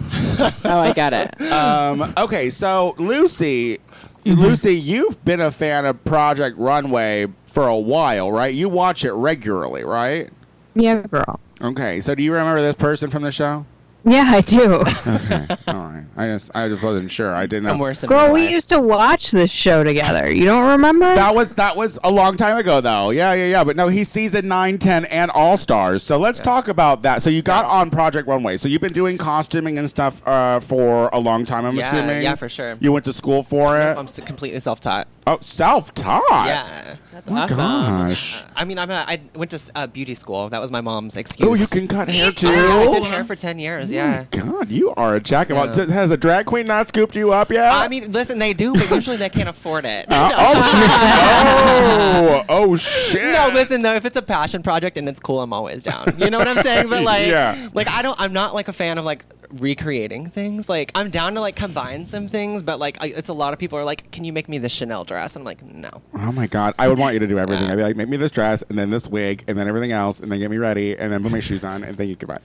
[SPEAKER 4] oh, I got it.
[SPEAKER 1] Um, okay, so Lucy, Lucy, you've been a fan of Project Runway for a while, right? You watch it regularly, right?
[SPEAKER 6] Yeah, girl.
[SPEAKER 1] Okay, so do you remember this person from the show?
[SPEAKER 6] Yeah, I do.
[SPEAKER 1] Okay. All right. I just I just wasn't sure. I didn't.
[SPEAKER 3] I'm
[SPEAKER 1] know.
[SPEAKER 3] worse. in
[SPEAKER 6] Girl,
[SPEAKER 3] real
[SPEAKER 6] we
[SPEAKER 3] life.
[SPEAKER 6] used to watch this show together. You don't remember?
[SPEAKER 1] That was that was a long time ago though. Yeah, yeah, yeah. But no, he's season nine, ten, and All Stars. So let's talk about that. So you got on Project Runway. So you've been doing costuming and stuff uh, for a long time. I'm
[SPEAKER 3] Yeah,
[SPEAKER 1] assuming.
[SPEAKER 3] yeah, for sure.
[SPEAKER 1] You went to school for it.
[SPEAKER 3] I'm s- completely self-taught.
[SPEAKER 1] oh, self-taught.
[SPEAKER 3] Yeah.
[SPEAKER 4] That's awesome.
[SPEAKER 1] Gosh.
[SPEAKER 3] I mean, I'm a, I went to s- uh, beauty school. That was my mom's excuse.
[SPEAKER 1] Oh, you can Mm. cut hair too.
[SPEAKER 3] I did hair for 10 years, yeah.
[SPEAKER 1] God, you are a jack of all.
[SPEAKER 3] Yeah.
[SPEAKER 1] Has a drag queen not scooped you up yet?
[SPEAKER 3] I mean, listen, they do, but usually they can't afford it.
[SPEAKER 1] Uh, oh, shit. oh, oh shit.
[SPEAKER 3] No, listen though, if it's a passion project and it's cool, I'm always down. You know what I'm saying? But like,
[SPEAKER 1] Yeah.
[SPEAKER 3] like I don't, I'm not like a fan of like recreating things. Like I'm down to like combine some things, but like I, it's a lot of people are like, can you make me this Chanel dress? I'm like, no.
[SPEAKER 1] Oh my god, I would want you to do everything. I'd be like, make me this dress, and then this wig, and then everything else, and then get me ready, and then put my shoes on, and then you goodbye.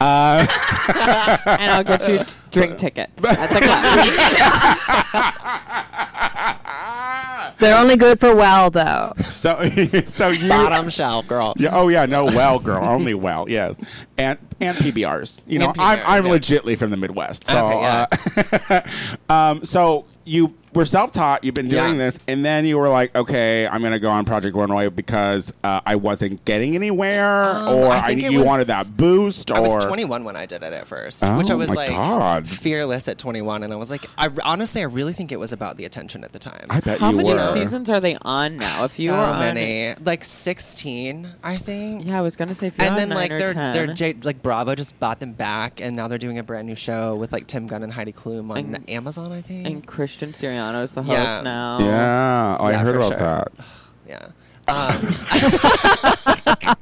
[SPEAKER 4] and I'll get you t- drink tickets at the club.
[SPEAKER 6] They're only good for well, though.
[SPEAKER 1] So, so you.
[SPEAKER 3] Bottom shelf, girl.
[SPEAKER 1] Yeah, oh yeah, no, well, girl, only well, yes, and and PBRs. You know,
[SPEAKER 3] And
[SPEAKER 1] I'm
[SPEAKER 3] PBRs,
[SPEAKER 1] I'm
[SPEAKER 3] yeah.
[SPEAKER 1] legitly from the Midwest, so
[SPEAKER 3] Okay, yeah.
[SPEAKER 1] uh, um, so you were self-taught. You've been doing
[SPEAKER 3] Yeah.
[SPEAKER 1] this, and then you were like, okay, I'm gonna go on Project Runway because uh, I wasn't getting anywhere, or
[SPEAKER 3] Um, I
[SPEAKER 1] I
[SPEAKER 3] think it
[SPEAKER 1] you
[SPEAKER 3] was-
[SPEAKER 1] wanted that boost, or
[SPEAKER 3] I was 21 when I did it at first, which
[SPEAKER 1] Oh
[SPEAKER 3] I was
[SPEAKER 1] my
[SPEAKER 3] like
[SPEAKER 1] God.
[SPEAKER 3] fearless at 21, and I was like, I honestly, I really think it was about the attention at the time.
[SPEAKER 1] I bet
[SPEAKER 4] How
[SPEAKER 1] you
[SPEAKER 4] many
[SPEAKER 1] were.
[SPEAKER 4] seasons are they on now? If you
[SPEAKER 3] so
[SPEAKER 4] were on,
[SPEAKER 3] many, like 16, I think.
[SPEAKER 4] yeah, I was gonna say if you're
[SPEAKER 3] And
[SPEAKER 4] on
[SPEAKER 3] then
[SPEAKER 4] nine
[SPEAKER 3] like
[SPEAKER 4] or
[SPEAKER 3] they're
[SPEAKER 4] 10,
[SPEAKER 3] they're J- like Bravo just bought them back, and now they're doing a brand new show with like Tim Gunn and Heidi Klum on
[SPEAKER 4] And-
[SPEAKER 3] Amazon, I think.
[SPEAKER 4] and Christian Siriano is the host
[SPEAKER 3] Yeah.
[SPEAKER 4] now.
[SPEAKER 1] Yeah, oh, I
[SPEAKER 3] Um, Yeah,
[SPEAKER 1] heard
[SPEAKER 3] for
[SPEAKER 1] about
[SPEAKER 3] sure.
[SPEAKER 1] that.
[SPEAKER 3] yeah.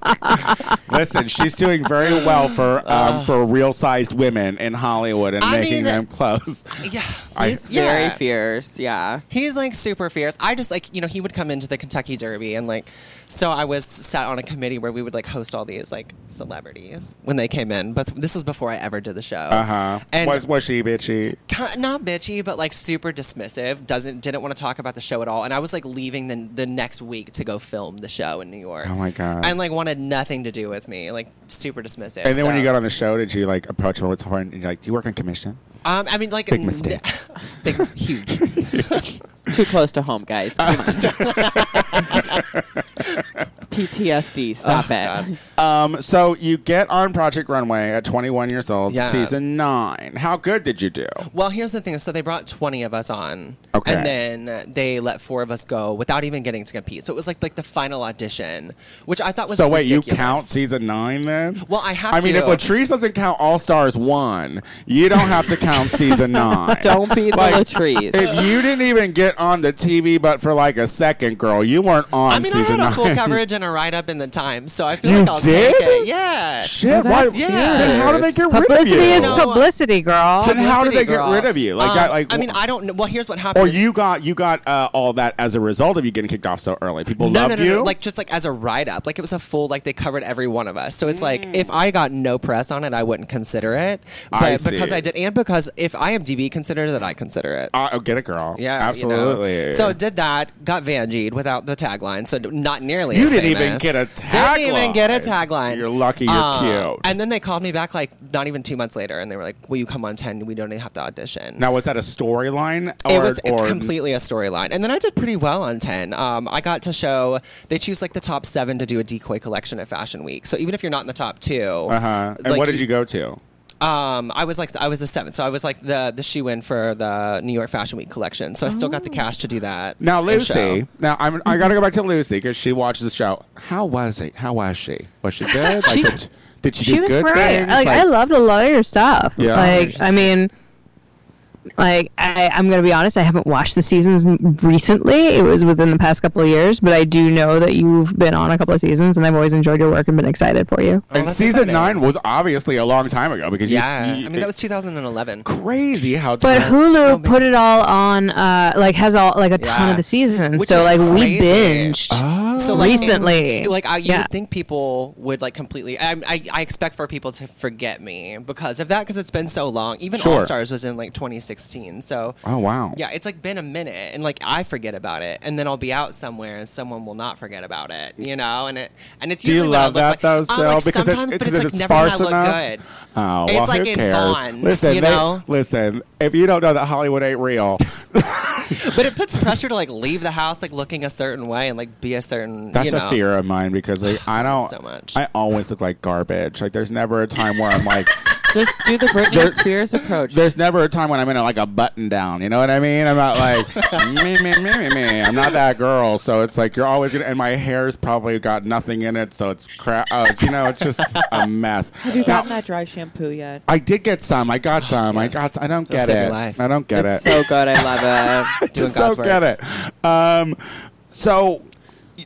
[SPEAKER 3] Um,
[SPEAKER 1] Listen, she's doing very well for um, for real sized women in Hollywood and
[SPEAKER 3] Oh. I
[SPEAKER 1] making
[SPEAKER 3] mean-
[SPEAKER 1] them clothes.
[SPEAKER 3] yeah.
[SPEAKER 1] I,
[SPEAKER 4] He's
[SPEAKER 3] Yeah.
[SPEAKER 4] very fierce. Yeah.
[SPEAKER 3] He's like super fierce. I just like, you know, he would come into the Kentucky Derby and like, so I was sat on a committee where we would like host all these like celebrities when they came in. But this was before I ever did the show.
[SPEAKER 1] uh huh.
[SPEAKER 3] And
[SPEAKER 1] Was was she bitchy?
[SPEAKER 3] ki- not bitchy, but like super dismissive. Doesn't didn't want to talk about the show at all. And I was like leaving the the next week to go film the show in New York.
[SPEAKER 1] Oh, my God.
[SPEAKER 3] And like wanted nothing to do with me. Like super dismissive.
[SPEAKER 1] And then when
[SPEAKER 3] So-
[SPEAKER 1] you got on the show, did you like approach her with her and you're like, "Do you work on commission?"
[SPEAKER 3] um, I mean like
[SPEAKER 1] Big mistake.
[SPEAKER 3] big huge.
[SPEAKER 4] Too close to home, guys. Come on. PTSD. Stop it.
[SPEAKER 3] God.
[SPEAKER 1] Um, so you get on Project Runway at 21 years old,
[SPEAKER 3] Yeah.
[SPEAKER 1] season nine. How good did you do?
[SPEAKER 3] Well, here's the thing. So they brought 20 of us on.
[SPEAKER 1] Okay.
[SPEAKER 3] And then they let four of us go without even getting to compete. So it was like like the final audition, which I thought was
[SPEAKER 1] So wait, you
[SPEAKER 3] ridiculous.
[SPEAKER 1] count season nine then?
[SPEAKER 3] Well, I have
[SPEAKER 1] I mean,
[SPEAKER 3] to.
[SPEAKER 1] if Latrice doesn't count All Stars one, you don't have to count season nine.
[SPEAKER 4] Don't be the
[SPEAKER 1] Like,
[SPEAKER 4] Latrice.
[SPEAKER 1] If you didn't even get on the TV, but for like a second, girl, you weren't on
[SPEAKER 3] I mean, I
[SPEAKER 1] season
[SPEAKER 3] had a
[SPEAKER 1] nine.
[SPEAKER 3] full coverage and a write up in the Times, so I feel
[SPEAKER 1] You
[SPEAKER 3] like I'll
[SPEAKER 1] did?
[SPEAKER 3] take it. Yeah.
[SPEAKER 1] Shit, why?
[SPEAKER 4] that's
[SPEAKER 1] Yeah.
[SPEAKER 3] fierce.
[SPEAKER 1] Then how do they get rid of you?
[SPEAKER 6] Publicity is
[SPEAKER 3] So-
[SPEAKER 6] publicity, girl.
[SPEAKER 1] Then how did
[SPEAKER 3] Publicity,
[SPEAKER 1] they get
[SPEAKER 3] girl.
[SPEAKER 1] rid of you? Like,
[SPEAKER 3] Um,
[SPEAKER 1] I, like,
[SPEAKER 3] I mean, I don't know. Well, here's what happened.
[SPEAKER 1] or
[SPEAKER 3] is-
[SPEAKER 1] you got you got uh, all that as a result of you getting kicked off so early. People
[SPEAKER 3] No,
[SPEAKER 1] love
[SPEAKER 3] no, no,
[SPEAKER 1] you.
[SPEAKER 3] no. Like just like as a write up, like it was a full like they covered every one of us. So it's like if I got no press on it, I wouldn't consider it. But
[SPEAKER 1] I
[SPEAKER 3] because
[SPEAKER 1] see.
[SPEAKER 3] I did, and because if IMDb considers it, I consider it.
[SPEAKER 1] Uh, oh, get it, girl.
[SPEAKER 3] Yeah, you know.
[SPEAKER 1] absolutely.
[SPEAKER 3] So did that. Got Vangeed without the tagline. So not nearly.
[SPEAKER 1] You
[SPEAKER 3] as
[SPEAKER 1] didn't
[SPEAKER 3] famous.
[SPEAKER 1] even get a
[SPEAKER 3] Didn't even
[SPEAKER 1] tagline.
[SPEAKER 3] get a tagline.
[SPEAKER 1] You're lucky you're
[SPEAKER 3] Uh,
[SPEAKER 1] cute.
[SPEAKER 3] And then they called me back like not even two months later, and they were like, "Will you come on ten? We don't even have to audition."
[SPEAKER 1] now was that a storyline?
[SPEAKER 3] It
[SPEAKER 1] or-
[SPEAKER 3] was
[SPEAKER 1] or
[SPEAKER 3] completely a storyline, and then I did pretty well on ten. Um, I got to show they choose like the top seven to do a decoy collection at Fashion Week. So even if you're not in the top two,
[SPEAKER 1] Uh huh. And
[SPEAKER 3] like,
[SPEAKER 1] what did you go to?
[SPEAKER 3] um, I was like I was the seventh, so I was like the the shoe in for the New York Fashion Week collection. So I still got the cash to do that.
[SPEAKER 1] Now,
[SPEAKER 3] and
[SPEAKER 1] Lucy.
[SPEAKER 3] show.
[SPEAKER 1] Now, I'm, I got to go back to Lucy because she watches the show. How was it? How was she? Was she good? Like,
[SPEAKER 6] She-
[SPEAKER 1] did, did she,
[SPEAKER 6] she
[SPEAKER 1] do
[SPEAKER 6] was
[SPEAKER 1] good
[SPEAKER 6] great.
[SPEAKER 1] things?
[SPEAKER 6] Like, I loved a lot of your stuff.
[SPEAKER 1] Yeah.
[SPEAKER 6] Like I mean, like I, I'm gonna be honest. I haven't watched the seasons m- recently. It was within the past couple of years, but I do know that you've been on a couple of seasons, and I've always enjoyed your work and been excited for you.
[SPEAKER 1] and
[SPEAKER 3] that's
[SPEAKER 1] season
[SPEAKER 3] exciting.
[SPEAKER 1] nine was obviously a long time ago because you-
[SPEAKER 3] Yeah,
[SPEAKER 1] you,
[SPEAKER 3] I mean that was 2011.
[SPEAKER 1] crazy how.
[SPEAKER 6] But
[SPEAKER 1] time-
[SPEAKER 3] so
[SPEAKER 6] Hulu
[SPEAKER 3] many-
[SPEAKER 6] put it all on. Uh, like has all like a ton
[SPEAKER 3] Yeah.
[SPEAKER 6] of the seasons.
[SPEAKER 3] Which
[SPEAKER 6] so
[SPEAKER 3] is
[SPEAKER 6] like we
[SPEAKER 3] crazy.
[SPEAKER 6] binged.
[SPEAKER 1] Oh.
[SPEAKER 3] So like
[SPEAKER 6] Recently.
[SPEAKER 3] like I, you
[SPEAKER 6] Yeah.
[SPEAKER 3] would think people would like completely. I, I I expect for people to forget me because of that because it's been so long. Even
[SPEAKER 1] Sure.
[SPEAKER 3] All Stars was in like 2016, so
[SPEAKER 1] Oh wow.
[SPEAKER 3] yeah, it's like been a minute, and like I forget about it, and then I'll be out somewhere, and someone will not forget about it, you know. And it and it's
[SPEAKER 1] Do you
[SPEAKER 3] usually when I
[SPEAKER 1] love
[SPEAKER 3] look
[SPEAKER 1] that
[SPEAKER 3] like-
[SPEAKER 1] though,
[SPEAKER 3] I
[SPEAKER 1] still?
[SPEAKER 3] like
[SPEAKER 1] because it-
[SPEAKER 3] sometimes,
[SPEAKER 1] it's,
[SPEAKER 3] but
[SPEAKER 1] is
[SPEAKER 3] it's like
[SPEAKER 1] it
[SPEAKER 3] never when I
[SPEAKER 1] sparse
[SPEAKER 3] look
[SPEAKER 1] enough.
[SPEAKER 3] good.
[SPEAKER 1] Oh,
[SPEAKER 3] It's
[SPEAKER 1] well,
[SPEAKER 3] like
[SPEAKER 1] who
[SPEAKER 3] in
[SPEAKER 1] cares?
[SPEAKER 3] Vons,
[SPEAKER 1] listen,
[SPEAKER 3] you
[SPEAKER 1] they-
[SPEAKER 3] know?
[SPEAKER 1] listen. If you don't know that Hollywood ain't real,
[SPEAKER 3] But it puts pressure to like leave the house like looking a certain way and like be a certain.
[SPEAKER 1] that's
[SPEAKER 3] you know.
[SPEAKER 1] a fear of mine because like, I don't.
[SPEAKER 3] So much.
[SPEAKER 1] I always look like garbage. Like there's never a time where I'm like.
[SPEAKER 4] Just do the Britney
[SPEAKER 1] There-
[SPEAKER 4] Spears approach.
[SPEAKER 1] There's never a time when I'm in a, like a button down. You know what I mean? I'm not like me, me, me, me, me. I'm not that girl. So it's like you're always gonna. And my hair's probably got nothing in it, so it's crap. Oh, it's, you know, it's just a mess.
[SPEAKER 4] Have you
[SPEAKER 1] Now,
[SPEAKER 4] gotten that dry shampoo yet?
[SPEAKER 1] I did get some. I got some. I
[SPEAKER 3] Ah, yes.
[SPEAKER 1] got. I don't
[SPEAKER 3] It'll
[SPEAKER 1] get
[SPEAKER 3] save
[SPEAKER 1] it.
[SPEAKER 3] your life.
[SPEAKER 1] I don't get
[SPEAKER 4] It's
[SPEAKER 1] it.
[SPEAKER 4] so good. I love it.
[SPEAKER 3] doing
[SPEAKER 1] just
[SPEAKER 3] God's
[SPEAKER 1] don't get it. Um, so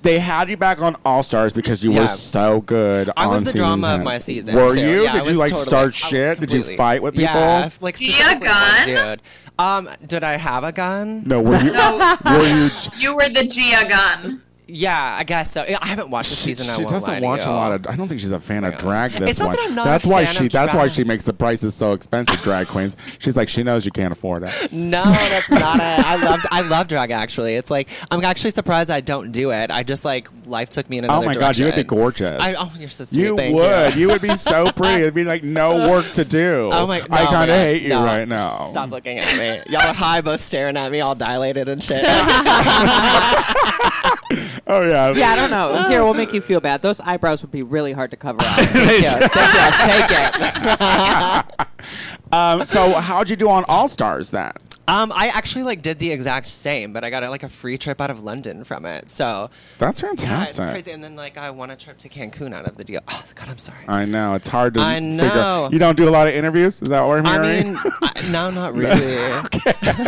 [SPEAKER 1] they had you back on All Stars because you
[SPEAKER 3] Yeah.
[SPEAKER 1] were so good.
[SPEAKER 3] I was
[SPEAKER 1] on
[SPEAKER 3] the
[SPEAKER 1] season
[SPEAKER 3] drama of
[SPEAKER 1] 10.
[SPEAKER 3] my season.
[SPEAKER 1] Were
[SPEAKER 3] too.
[SPEAKER 1] you?
[SPEAKER 3] Yeah, I
[SPEAKER 1] did you
[SPEAKER 3] was
[SPEAKER 1] like
[SPEAKER 3] totally-
[SPEAKER 1] start
[SPEAKER 3] I-
[SPEAKER 1] shit? Did you
[SPEAKER 3] completely.
[SPEAKER 1] fight with people?
[SPEAKER 3] Yeah, if- like
[SPEAKER 2] Do you
[SPEAKER 3] specifically
[SPEAKER 2] have
[SPEAKER 3] one dude. Um, did I have a gun?
[SPEAKER 1] No, were you?
[SPEAKER 2] So
[SPEAKER 1] were you?
[SPEAKER 2] you were the Gia gun.
[SPEAKER 3] Yeah, I guess so. I haven't watched the
[SPEAKER 1] She,
[SPEAKER 3] season. I
[SPEAKER 1] she
[SPEAKER 3] won't lie
[SPEAKER 1] doesn't
[SPEAKER 3] to
[SPEAKER 1] watch a
[SPEAKER 3] you.
[SPEAKER 1] lot of. I don't think she's a fan of drag. This
[SPEAKER 3] It's not
[SPEAKER 1] one.
[SPEAKER 3] that I'm not
[SPEAKER 1] that's
[SPEAKER 3] a
[SPEAKER 1] why
[SPEAKER 3] fan
[SPEAKER 1] she.
[SPEAKER 3] of
[SPEAKER 1] That's why
[SPEAKER 3] drag.
[SPEAKER 1] she makes the prices so expensive. Drag queens. She's like she knows you can't afford it.
[SPEAKER 3] No, that's not it. I love I love drag actually. It's like I'm actually surprised I don't do it. I just like life took me in
[SPEAKER 1] Oh
[SPEAKER 3] another
[SPEAKER 1] my
[SPEAKER 3] direction.
[SPEAKER 1] god, you would be gorgeous.
[SPEAKER 3] I, oh, you're so sweet.
[SPEAKER 1] You
[SPEAKER 3] Thank
[SPEAKER 1] would. You. would be so pretty. It'd be like no work to do.
[SPEAKER 3] Oh my!
[SPEAKER 1] I
[SPEAKER 3] no,
[SPEAKER 1] kind of
[SPEAKER 3] man,
[SPEAKER 1] hate you
[SPEAKER 3] no.
[SPEAKER 1] right now.
[SPEAKER 3] Stop looking at me. Y'all are high, both staring at me, all dilated and shit.
[SPEAKER 1] Oh yeah.
[SPEAKER 4] Yeah, I don't know. Here, we'll make you feel bad. Those eyebrows would be really hard to cover up.
[SPEAKER 3] Yeah, thank you. Take it.
[SPEAKER 1] Um, so how'd you do on All Stars then?
[SPEAKER 3] Um, I actually like did the exact same, but I got like a free trip out of London from it. So
[SPEAKER 1] That's
[SPEAKER 3] yeah, it's
[SPEAKER 1] fantastic.
[SPEAKER 3] crazy. And then like I won a trip to Cancun out of the deal. Oh, God, I'm sorry.
[SPEAKER 1] I know it's hard to
[SPEAKER 3] I know.
[SPEAKER 1] figure. You don't do a lot of interviews. Is that what I'm
[SPEAKER 3] I
[SPEAKER 1] hearing?
[SPEAKER 3] mean, I, no, not really.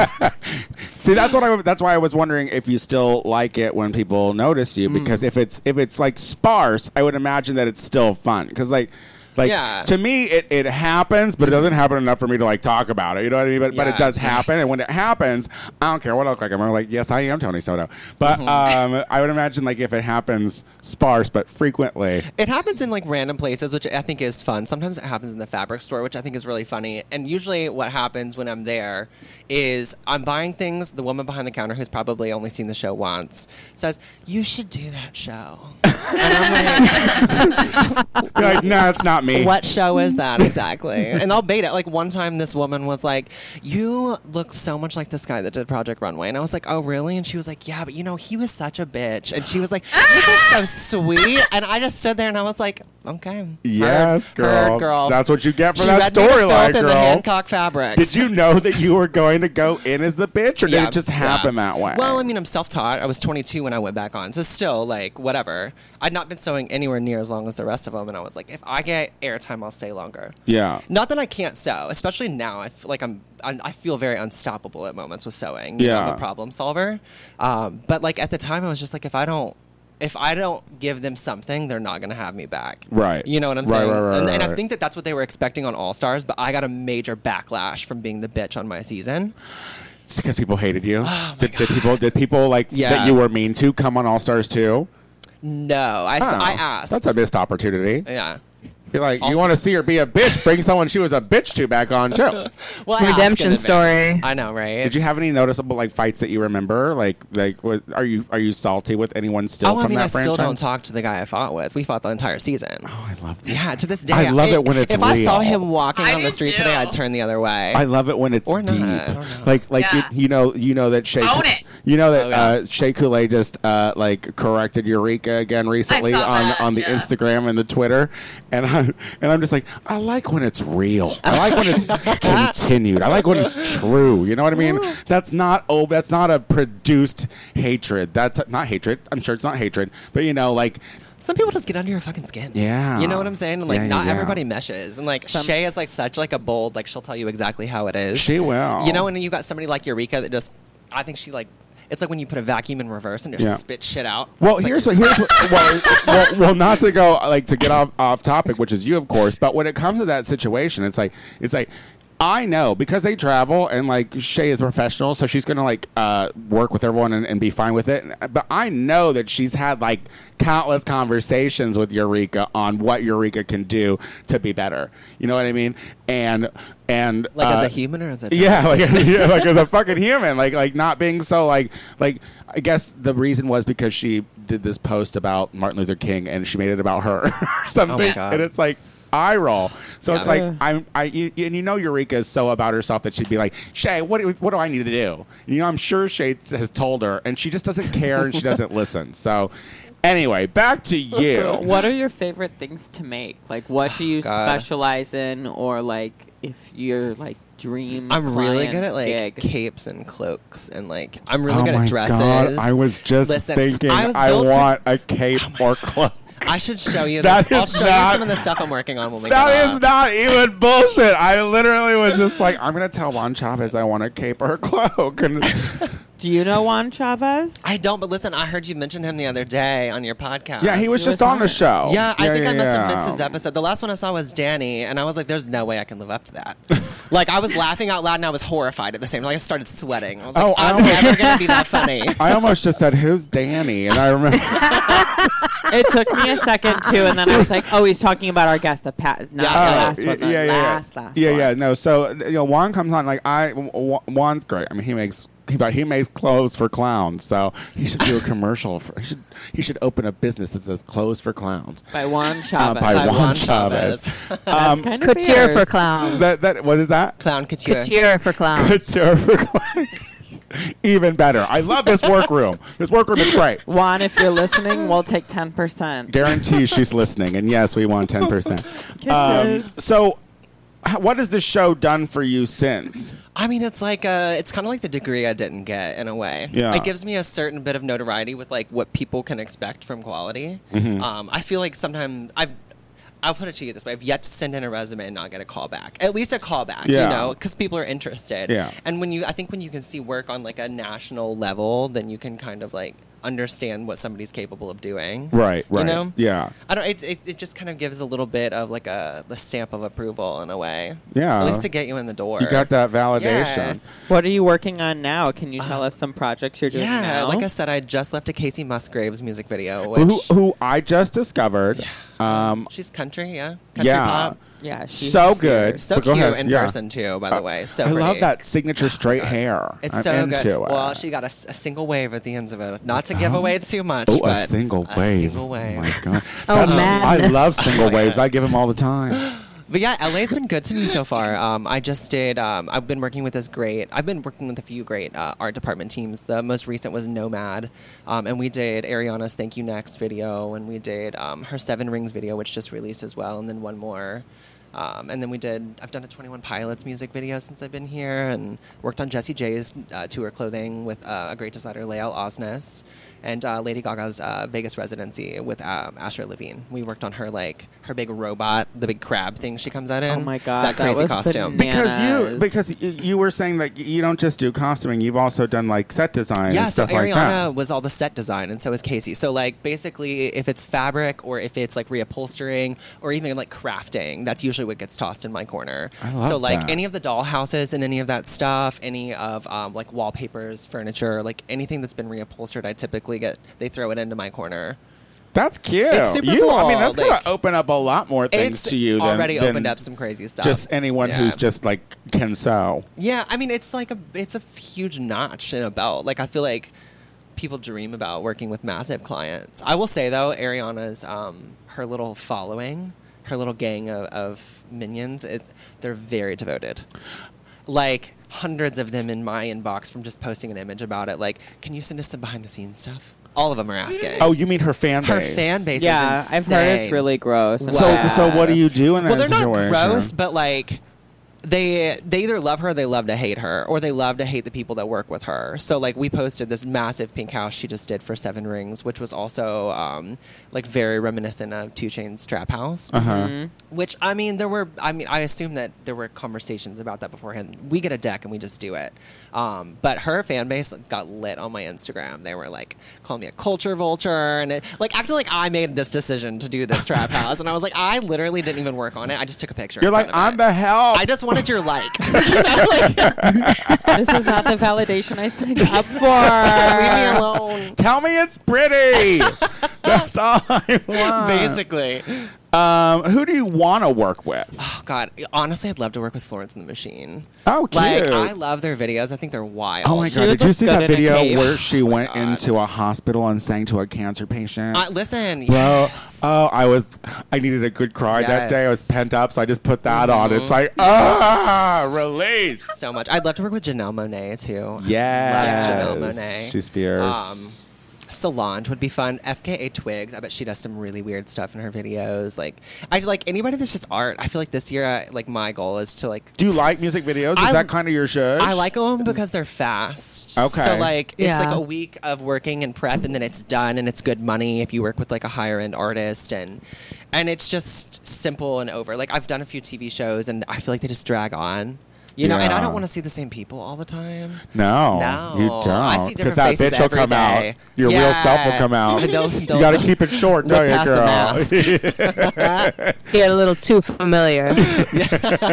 [SPEAKER 1] See, that's what I. That's why I was wondering if you still like it when people notice
[SPEAKER 3] Mm.
[SPEAKER 1] you, because if it's if it's like sparse, I would imagine that it's still fun. Because like. Like
[SPEAKER 3] Yeah. Mm-hmm.
[SPEAKER 1] to me, it, it happens, but it doesn't happen enough for me to like talk about it. You know what I mean? But but it
[SPEAKER 3] Yeah.
[SPEAKER 1] does happen, and when it happens, I don't care what I look like. I'm like, yes, I am Tony Soto. But
[SPEAKER 3] Mm-hmm.
[SPEAKER 1] um, I would imagine like if it happens sparse but frequently,
[SPEAKER 3] It happens in like random places, which I think is fun. Sometimes it happens in the fabric store, which I think is really funny. And usually, what happens when I'm there is I'm buying things. The woman behind the counter, who's probably only seen the show once, says, "You should do that show." and I'm
[SPEAKER 1] you're like, no, it's not me.
[SPEAKER 3] like, "What show is that exactly?" And I'll bait it. Like one time, this woman was like, "You look so much like this guy that did Project Runway," and I was like, "Oh, really?" And she was like, "Yeah, but you know, he was such a bitch," and she was like, "This is so sweet," and I just stood there and I was like, "Okay."
[SPEAKER 1] Yes,
[SPEAKER 3] Her- her
[SPEAKER 1] girl.
[SPEAKER 3] girl.
[SPEAKER 1] That's what you get for
[SPEAKER 3] she
[SPEAKER 1] that
[SPEAKER 3] read me the filth
[SPEAKER 1] storyline,
[SPEAKER 3] in the
[SPEAKER 1] girl.
[SPEAKER 3] Hancock fabrics.
[SPEAKER 1] Did you know that you were going to go in as the bitch, or
[SPEAKER 3] Yeah,
[SPEAKER 1] did it just
[SPEAKER 3] yeah.
[SPEAKER 1] happen that way?
[SPEAKER 3] Well, I mean, I'm self-taught. I was 22 when I went back on, so still, like, whatever. I'd not been sewing anywhere near as long as the rest of them, and I was like, if I get airtime, I'll stay longer.
[SPEAKER 1] yeah.
[SPEAKER 3] Not that I can't sew, especially now. I feel like I'm, I, I feel very unstoppable at moments with sewing. You know, I'm
[SPEAKER 1] Yeah.
[SPEAKER 3] a problem solver. Um, but like at the time, I was just like, if I don't, if I don't give them something, they're not going to have me back.
[SPEAKER 1] Right.
[SPEAKER 3] You know what I'm
[SPEAKER 1] Right,
[SPEAKER 3] saying?
[SPEAKER 1] right, right,
[SPEAKER 3] and,
[SPEAKER 1] right,
[SPEAKER 3] and I
[SPEAKER 1] right.
[SPEAKER 3] think that that's what they were expecting on All Stars, but I got a major backlash from being the bitch on my season.
[SPEAKER 1] It's because people hated you. did, did people? Did people like
[SPEAKER 3] Oh Yeah.
[SPEAKER 1] that you were mean to come on All Stars too?
[SPEAKER 3] No, I,
[SPEAKER 1] Oh,
[SPEAKER 3] I asked.
[SPEAKER 1] That's a missed opportunity.
[SPEAKER 3] yeah.
[SPEAKER 1] Be like, you
[SPEAKER 3] Also-
[SPEAKER 1] want to see her be a bitch? Bring someone she was a bitch to back on too.
[SPEAKER 3] Well, I asked in
[SPEAKER 6] Redemption
[SPEAKER 3] advance.
[SPEAKER 6] story.
[SPEAKER 3] I know, right?
[SPEAKER 1] Did you have any noticeable like fights that you remember? Like, like, what, are you are you salty with anyone still
[SPEAKER 3] Oh,
[SPEAKER 1] from
[SPEAKER 3] I mean,
[SPEAKER 1] that
[SPEAKER 3] I
[SPEAKER 1] franchise? Oh,
[SPEAKER 3] still don't talk to the guy I fought with. We fought the entire season.
[SPEAKER 1] I love that.
[SPEAKER 3] Yeah, to this day,
[SPEAKER 1] I love it when it's
[SPEAKER 3] If I saw
[SPEAKER 1] real.
[SPEAKER 3] him walking
[SPEAKER 2] I
[SPEAKER 3] on the
[SPEAKER 2] do
[SPEAKER 3] street
[SPEAKER 2] too.
[SPEAKER 3] today, I'd turn the other way.
[SPEAKER 1] I love it when it's
[SPEAKER 3] Or not.
[SPEAKER 1] deep.
[SPEAKER 3] I don't know.
[SPEAKER 1] Like like
[SPEAKER 2] Yeah.
[SPEAKER 1] you, you know you know that Shay
[SPEAKER 2] Own it.
[SPEAKER 1] you know that
[SPEAKER 3] Oh, yeah.
[SPEAKER 1] uh, Shay Coulee just uh, like corrected Eureka again recently
[SPEAKER 2] saw
[SPEAKER 1] on
[SPEAKER 2] that,
[SPEAKER 1] on the
[SPEAKER 2] yeah.
[SPEAKER 1] Instagram and the Twitter, and I and I'm just like I like when it's real. I like when it's continued. I like when it's true. You know what I mean? That's not oh that's not a produced hatred. That's not hatred. I'm sure it's not hatred, but you know like
[SPEAKER 3] Some people just get under your fucking skin.
[SPEAKER 1] Yeah.
[SPEAKER 3] you know what I'm saying? And, like,
[SPEAKER 1] Yeah, yeah,
[SPEAKER 3] not
[SPEAKER 1] yeah.
[SPEAKER 3] everybody meshes. And like,
[SPEAKER 4] Some-
[SPEAKER 3] Shay is like such like a bold. Like, she'll tell you exactly how it is.
[SPEAKER 1] She will.
[SPEAKER 3] You know, and you got somebody like Eureka that just. I think she like. It's like when you put a vacuum in reverse and just
[SPEAKER 1] Yeah.
[SPEAKER 3] spit shit out.
[SPEAKER 1] Well,
[SPEAKER 3] It's like-
[SPEAKER 1] here's what here's what, well, well, well, not to go like to get off off topic, which is you, of course. But when it comes to that situation, it's like it's like I know because they travel and like Shay is a professional, so she's gonna like uh, work with everyone and, and be fine with it. But I know that she's had like countless conversations with Eureka on what Eureka can do to be better. You know what I mean? And and
[SPEAKER 3] Like as
[SPEAKER 1] uh,
[SPEAKER 3] a human or as a
[SPEAKER 1] yeah, like yeah, like as a fucking human, like like not being so like like I guess the reason was because she did this post about Martin Luther King and she made it about her or something,
[SPEAKER 3] Oh God.
[SPEAKER 1] and it's like eye roll. So it's
[SPEAKER 3] Yeah.
[SPEAKER 1] like I'm I you, and you know Eureka is so about herself that she'd be like Shay, what do- what do I need to do? You know, I'm sure Shay has told her, and she just doesn't care and she doesn't listen. So anyway, back to you.
[SPEAKER 4] What are your favorite things to make? Like, what
[SPEAKER 1] Oh,
[SPEAKER 4] do you
[SPEAKER 3] God.
[SPEAKER 4] specialize in, or like, if your like dream?
[SPEAKER 3] I'm really
[SPEAKER 4] client
[SPEAKER 3] good at like
[SPEAKER 4] gig?
[SPEAKER 3] capes and cloaks and like I'm really
[SPEAKER 1] oh
[SPEAKER 3] good
[SPEAKER 1] my
[SPEAKER 3] at dresses.
[SPEAKER 1] god! I was just
[SPEAKER 3] Listen,
[SPEAKER 1] thinking
[SPEAKER 3] I, was
[SPEAKER 1] I,
[SPEAKER 3] built for- Oh
[SPEAKER 1] want a cape or cloak.
[SPEAKER 3] I should show you
[SPEAKER 1] That
[SPEAKER 3] this. I'll
[SPEAKER 1] is
[SPEAKER 3] show
[SPEAKER 1] not-
[SPEAKER 3] you some of the stuff I'm working on when we get
[SPEAKER 1] That
[SPEAKER 3] up.
[SPEAKER 1] is not even bullshit. I literally was just like, I'm gonna tell Juan Chavez I want to cape her cloak. And
[SPEAKER 4] Do you know Juan Chavez?
[SPEAKER 3] I don't, but listen, I heard you mention him the other day on your podcast.
[SPEAKER 1] yeah, he was just on the show.
[SPEAKER 3] Yeah, I think I must have
[SPEAKER 1] yeah.
[SPEAKER 3] missed his episode. The last one I saw was Danny, and I was like, "There's no way I can live up to that." like I was laughing out loud, and I was horrified at the same time. Like, I started sweating. I was like,
[SPEAKER 1] Oh, I
[SPEAKER 3] "I'm
[SPEAKER 1] almost-
[SPEAKER 3] never gonna be that funny."
[SPEAKER 1] I almost just said, "Who's Danny?" And I remember.
[SPEAKER 4] it took me a second too, and then I was like, "Oh, he's talking about our guest, the pat, not
[SPEAKER 3] Yeah.
[SPEAKER 4] the
[SPEAKER 3] Oh,
[SPEAKER 4] last
[SPEAKER 1] yeah,
[SPEAKER 4] one, the
[SPEAKER 1] yeah, yeah,
[SPEAKER 4] last, last
[SPEAKER 1] yeah,
[SPEAKER 4] one.
[SPEAKER 1] yeah. No, so you know, Juan comes on like I. Wa- Juan's great. I mean, he makes. He, he makes clothes for clowns, so he should do a commercial. For, he should he should open a business that says "Clothes for Clowns"
[SPEAKER 4] By Juan
[SPEAKER 1] uh,
[SPEAKER 4] Chavez.
[SPEAKER 1] by
[SPEAKER 3] By
[SPEAKER 1] Juan Um,
[SPEAKER 3] Juan
[SPEAKER 1] Chavez.
[SPEAKER 4] That's kind of
[SPEAKER 6] Couture for
[SPEAKER 4] fierce.
[SPEAKER 6] clowns.
[SPEAKER 1] That that what is that?
[SPEAKER 3] Clown couture.
[SPEAKER 6] Couture for clowns.
[SPEAKER 1] good server client. Even better. I love this workroom. This workroom is great.
[SPEAKER 4] Juan, if you're listening, we'll take ten percent.
[SPEAKER 1] Guarantee she's listening. And yes, we want 10%. Um,
[SPEAKER 4] Kisses.
[SPEAKER 1] so, h- what has this show done for you since?
[SPEAKER 3] I mean, it's like uh it's kind of like the degree I didn't get in a way.
[SPEAKER 1] Yeah.
[SPEAKER 3] it gives me a certain bit of notoriety with like what people can expect from quality.
[SPEAKER 1] Mm-hmm.
[SPEAKER 3] Um, I feel like sometimes I've. I'll put it to you this way: I've yet to send in a resume and not get a call back. At least a call back,
[SPEAKER 1] Yeah.
[SPEAKER 3] you know, because people are interested.
[SPEAKER 1] Yeah.
[SPEAKER 3] And when you, I think when you can see work on like a national level, then you can kind of like understand what somebody's capable of doing.
[SPEAKER 1] Right, right.
[SPEAKER 3] You know.
[SPEAKER 1] Yeah.
[SPEAKER 3] I don't. It, it, it just kind of gives a little bit of like a the stamp of approval in a way.
[SPEAKER 1] Yeah.
[SPEAKER 3] At least to get you in the door.
[SPEAKER 1] You got that validation.
[SPEAKER 4] What are you working on now? Can you
[SPEAKER 1] Uh,
[SPEAKER 4] tell us some projects you're doing
[SPEAKER 3] Yeah,
[SPEAKER 4] now?
[SPEAKER 3] like I said, I just left a Casey Musgraves music video, which
[SPEAKER 1] Who, who I just discovered. Um,
[SPEAKER 3] she's country, yeah, country
[SPEAKER 1] yeah.
[SPEAKER 3] pop,
[SPEAKER 4] yeah, she's
[SPEAKER 1] So good.
[SPEAKER 3] so
[SPEAKER 1] But go
[SPEAKER 3] cute
[SPEAKER 1] ahead.
[SPEAKER 3] in
[SPEAKER 1] Yeah. Uh,
[SPEAKER 3] person too. By the way, so
[SPEAKER 1] I love
[SPEAKER 3] pretty.
[SPEAKER 1] that signature straight hair.
[SPEAKER 3] Oh It's
[SPEAKER 1] I'm
[SPEAKER 3] so
[SPEAKER 1] into
[SPEAKER 3] good.
[SPEAKER 1] It.
[SPEAKER 3] Well, she got a, s- a single wave at the end of it. Not to give away too much.
[SPEAKER 1] Oh, a
[SPEAKER 3] but
[SPEAKER 1] single
[SPEAKER 3] A
[SPEAKER 1] wave.
[SPEAKER 3] single wave. Oh
[SPEAKER 1] Oh my god!
[SPEAKER 6] Oh,
[SPEAKER 1] I
[SPEAKER 6] madness.
[SPEAKER 1] love single waves. I give them all the time.
[SPEAKER 3] But yeah, LA's been good to me so far. Um, I just did. Um, I've been working with this great. I've been working with a few great uh, art department teams. The most recent was Nomad, um, and we did Ariana's "Thank You Next" video, and we did um, her Seven Rings video, which just released as well, and then one more. Um, and then we did. I've done a Twenty One Pilots music video since I've been here, and worked on Jessie J's uh, tour clothing with uh, a great designer, Lael Osnes, and uh, Lady Gaga's uh, Vegas residency with um, Asher Levine. We worked on her like her big robot, the big crab thing she comes out in.
[SPEAKER 4] Oh my God,
[SPEAKER 3] that
[SPEAKER 4] that
[SPEAKER 3] crazy
[SPEAKER 4] was
[SPEAKER 3] costume!
[SPEAKER 4] bananas.
[SPEAKER 1] because you
[SPEAKER 4] Yes.
[SPEAKER 1] because y- you were saying that you don't just do costuming you've also done like set design
[SPEAKER 3] Yeah,
[SPEAKER 1] and
[SPEAKER 3] so
[SPEAKER 1] stuff
[SPEAKER 3] Ariana
[SPEAKER 1] like that
[SPEAKER 3] was all the set design, and so is Casey. So like basically, if it's fabric or if it's like reupholstering or even like crafting, that's usually what gets tossed in my corner.
[SPEAKER 1] I love
[SPEAKER 3] so like
[SPEAKER 1] that.
[SPEAKER 3] any of the dollhouses and any of that stuff, any of um, like wallpapers, furniture, like anything that's been reupholstered, I typically get they throw it into my corner.
[SPEAKER 1] that's cute
[SPEAKER 3] It's super
[SPEAKER 1] you i mean
[SPEAKER 3] cool,
[SPEAKER 1] that's
[SPEAKER 3] like-
[SPEAKER 1] gonna open up a lot more things
[SPEAKER 3] it's
[SPEAKER 1] to you than,
[SPEAKER 3] already
[SPEAKER 1] than
[SPEAKER 3] opened up some crazy stuff.
[SPEAKER 1] just anyone
[SPEAKER 3] Yeah.
[SPEAKER 1] who's just like can sew
[SPEAKER 3] Yeah, I mean it's like a it's a huge notch in a belt. Like I feel like people dream about working with massive clients. I will say though, Ariana's um, her little following, her little gang of, of minions, it, they're very devoted. Like hundreds of them in my inbox from just posting an image about it. Like, can you send us some behind the scenes stuff? All of them are asking.
[SPEAKER 1] oh you mean her fan
[SPEAKER 3] her
[SPEAKER 1] base
[SPEAKER 3] fan base.
[SPEAKER 4] yeah,
[SPEAKER 3] is
[SPEAKER 4] I've heard it's
[SPEAKER 3] insane.
[SPEAKER 4] really gross. and
[SPEAKER 1] so
[SPEAKER 4] bad.
[SPEAKER 1] so what do you do in that
[SPEAKER 3] Well, they're not
[SPEAKER 1] situation?
[SPEAKER 3] gross, but like they they either love her, or they love to hate her, or they love to hate the people that work with her. So like we posted this massive pink house she just did for Seven Rings, which was also um, like very reminiscent of Two Chain's Trap House. Which I mean, there were. I mean, I assume that there were conversations about that beforehand. We get a deck and we just do it. Um, but her fan base got lit on my Instagram. They were like calling me a culture vulture and it, like acting like I made this decision to do this trap house. And I was like, I literally didn't even work on it. I just took a picture.
[SPEAKER 1] you're
[SPEAKER 3] in
[SPEAKER 1] like
[SPEAKER 3] front of
[SPEAKER 1] i'm
[SPEAKER 3] it."
[SPEAKER 1] the help
[SPEAKER 3] I just that you're like. You know, like,
[SPEAKER 4] this is not the validation I signed up for.
[SPEAKER 3] leave me alone.
[SPEAKER 1] Tell me it's pretty. That's all I want.
[SPEAKER 3] Basically.
[SPEAKER 1] Um, who do you want to work with?
[SPEAKER 3] Oh God. Honestly, I'd love to work with Florence and the Machine.
[SPEAKER 1] Oh, cute.
[SPEAKER 3] Like I love their videos. I think they're wild.
[SPEAKER 1] Oh my
[SPEAKER 4] would
[SPEAKER 1] god! Did you
[SPEAKER 4] look
[SPEAKER 1] see
[SPEAKER 4] good
[SPEAKER 1] that
[SPEAKER 4] in a
[SPEAKER 1] video
[SPEAKER 4] cave.
[SPEAKER 1] where she went
[SPEAKER 3] Oh
[SPEAKER 1] into a hospital and sang to a cancer patient?
[SPEAKER 3] Uh, listen,
[SPEAKER 1] Bro, oh, I was, I needed a good cry that day. I was
[SPEAKER 3] Yes.
[SPEAKER 1] pent up, so I just put that on. It's like, ah, release.
[SPEAKER 3] so much. I'd love to work with Janelle Monet too.
[SPEAKER 1] Yeah,
[SPEAKER 3] Janelle Monáe.
[SPEAKER 1] she's fierce.
[SPEAKER 3] Um, Solange would be fun. FKA Twigs. I bet she does some really weird stuff in her videos. Like I like anybody that's just art. I feel like this year, I, like my goal is to like.
[SPEAKER 1] do you like music videos? Is
[SPEAKER 3] I-
[SPEAKER 1] that kind of your show?
[SPEAKER 3] I like them because they're fast.
[SPEAKER 1] Okay.
[SPEAKER 3] So like it's
[SPEAKER 6] Yeah.
[SPEAKER 3] like a week of working and prep, and then it's done, and it's good money if you work with like a higher end artist, and and it's just simple and over. Like I've done a few TV shows, and I feel like they just drag on. You know, and I
[SPEAKER 1] Yeah.
[SPEAKER 3] don't want to see the same people all the time.
[SPEAKER 1] No,
[SPEAKER 3] No,
[SPEAKER 1] you
[SPEAKER 3] I
[SPEAKER 1] don't.
[SPEAKER 3] see
[SPEAKER 1] Because
[SPEAKER 3] different
[SPEAKER 1] that
[SPEAKER 3] faces
[SPEAKER 1] bitch will
[SPEAKER 3] every
[SPEAKER 1] come out.
[SPEAKER 3] day.
[SPEAKER 1] Your real self will
[SPEAKER 3] Yeah.
[SPEAKER 1] come out.
[SPEAKER 3] They'll-
[SPEAKER 1] you
[SPEAKER 3] they'll-
[SPEAKER 1] got to keep it short, don't
[SPEAKER 3] look
[SPEAKER 1] you,
[SPEAKER 3] past the mask.
[SPEAKER 1] girl?
[SPEAKER 6] She got a little too familiar.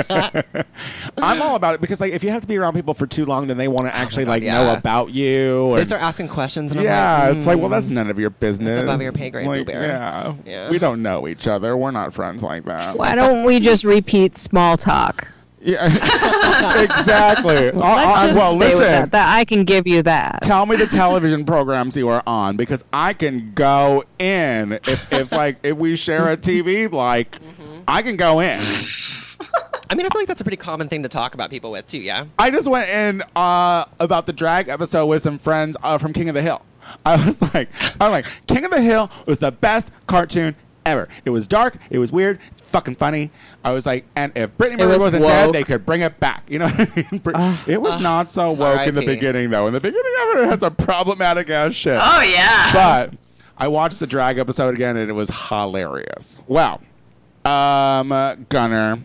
[SPEAKER 1] I'm all about it because, like, if you have to be around people for too long, then they want to actually like
[SPEAKER 3] Oh, yeah.
[SPEAKER 1] know about you.
[SPEAKER 3] They
[SPEAKER 1] and-
[SPEAKER 3] start asking questions, and I'm
[SPEAKER 1] yeah,
[SPEAKER 3] like,
[SPEAKER 1] it's like, hmm. well,
[SPEAKER 3] "Mm,
[SPEAKER 1] that's none of your business.
[SPEAKER 3] above your pay grade,
[SPEAKER 1] Like,
[SPEAKER 3] Boo Bear.
[SPEAKER 1] yeah.
[SPEAKER 3] Yeah.
[SPEAKER 1] we don't know each other. We're not friends like that.
[SPEAKER 6] Why don't we just repeat small talk?
[SPEAKER 1] Yeah, exactly. I'll-
[SPEAKER 6] Let's
[SPEAKER 1] I'll-
[SPEAKER 6] just
[SPEAKER 1] Uh, well,
[SPEAKER 6] stay
[SPEAKER 1] listen.
[SPEAKER 6] with that. that. I can give you that.
[SPEAKER 1] Tell me the television programs you are on because I can go in if, if like if we share a TV like
[SPEAKER 3] Mm-hmm.
[SPEAKER 1] I can go in.
[SPEAKER 3] I mean, I feel like that's a pretty common thing to talk about people with too. Yeah.
[SPEAKER 1] I just went in uh, about the drag episode with some friends uh, from King of the Hill. I was like, I'm like, King of the Hill was the best cartoon ever. It was dark, it was weird, it's fucking funny. I was like, and if Brittany Murphy
[SPEAKER 4] was
[SPEAKER 1] wasn't dead,
[SPEAKER 4] woke. Uh,
[SPEAKER 1] they could bring it back. You know what I mean? Brit- it was not so woke in the
[SPEAKER 3] RIP.
[SPEAKER 1] beginning, though. In the beginning of it, it had some problematic ass shit.
[SPEAKER 4] Uh,
[SPEAKER 2] Oh yeah.
[SPEAKER 1] But I watched the drag episode again, and it was hilarious. Wow. Um, uh, Gunner,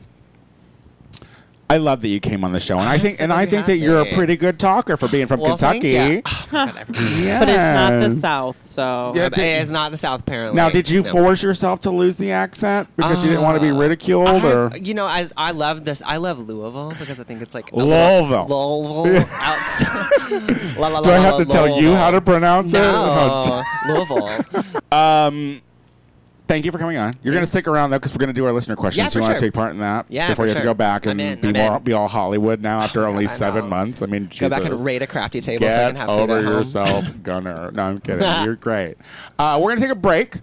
[SPEAKER 1] I love that you came on the show, and i
[SPEAKER 3] I'm
[SPEAKER 1] think
[SPEAKER 3] so
[SPEAKER 1] and
[SPEAKER 3] glad
[SPEAKER 1] I
[SPEAKER 3] you
[SPEAKER 1] think
[SPEAKER 3] had
[SPEAKER 1] that you're a
[SPEAKER 3] me.
[SPEAKER 1] pretty good talker for being from
[SPEAKER 3] Well, thank
[SPEAKER 1] Kentucky.
[SPEAKER 3] ya. Oh, my God, everybody says
[SPEAKER 1] Yes.
[SPEAKER 4] But it's not the South, so
[SPEAKER 1] Yeah.
[SPEAKER 3] that. But It's not the South, apparently.
[SPEAKER 1] Now, did you
[SPEAKER 3] No. Uh,
[SPEAKER 1] force yourself to lose the accent because you didn't want to be ridiculed,
[SPEAKER 3] I-
[SPEAKER 1] or
[SPEAKER 3] you know, as I love this, I love Louisville because I think it's like a
[SPEAKER 1] Louisville.
[SPEAKER 3] little- Louisville outside. La, la, la,
[SPEAKER 1] do I
[SPEAKER 3] la,
[SPEAKER 1] have
[SPEAKER 3] la,
[SPEAKER 1] to tell you
[SPEAKER 3] Louisville.
[SPEAKER 1] how to pronounce it? Oh,
[SPEAKER 3] No, Louisville.
[SPEAKER 1] Thank you for coming on. You're going to stick around though, because we're going to do our listener questions.
[SPEAKER 3] Yeah,
[SPEAKER 1] so you
[SPEAKER 3] for
[SPEAKER 1] want to
[SPEAKER 3] sure.
[SPEAKER 1] take part in that
[SPEAKER 3] Yeah,
[SPEAKER 1] before
[SPEAKER 3] for
[SPEAKER 1] you have to
[SPEAKER 3] sure.
[SPEAKER 1] go back and
[SPEAKER 3] I'm in,
[SPEAKER 1] be,
[SPEAKER 3] I'm
[SPEAKER 1] more,
[SPEAKER 3] in.
[SPEAKER 1] be all Hollywood now after only
[SPEAKER 3] I
[SPEAKER 1] seven
[SPEAKER 3] know.
[SPEAKER 1] months. I mean, Jesus.
[SPEAKER 3] Go back and raid a crafty table
[SPEAKER 1] Get
[SPEAKER 3] so I can have food
[SPEAKER 1] over
[SPEAKER 3] at home.
[SPEAKER 1] yourself, Gunner. No, I'm kidding. You're great. Uh, we're gonna take a break.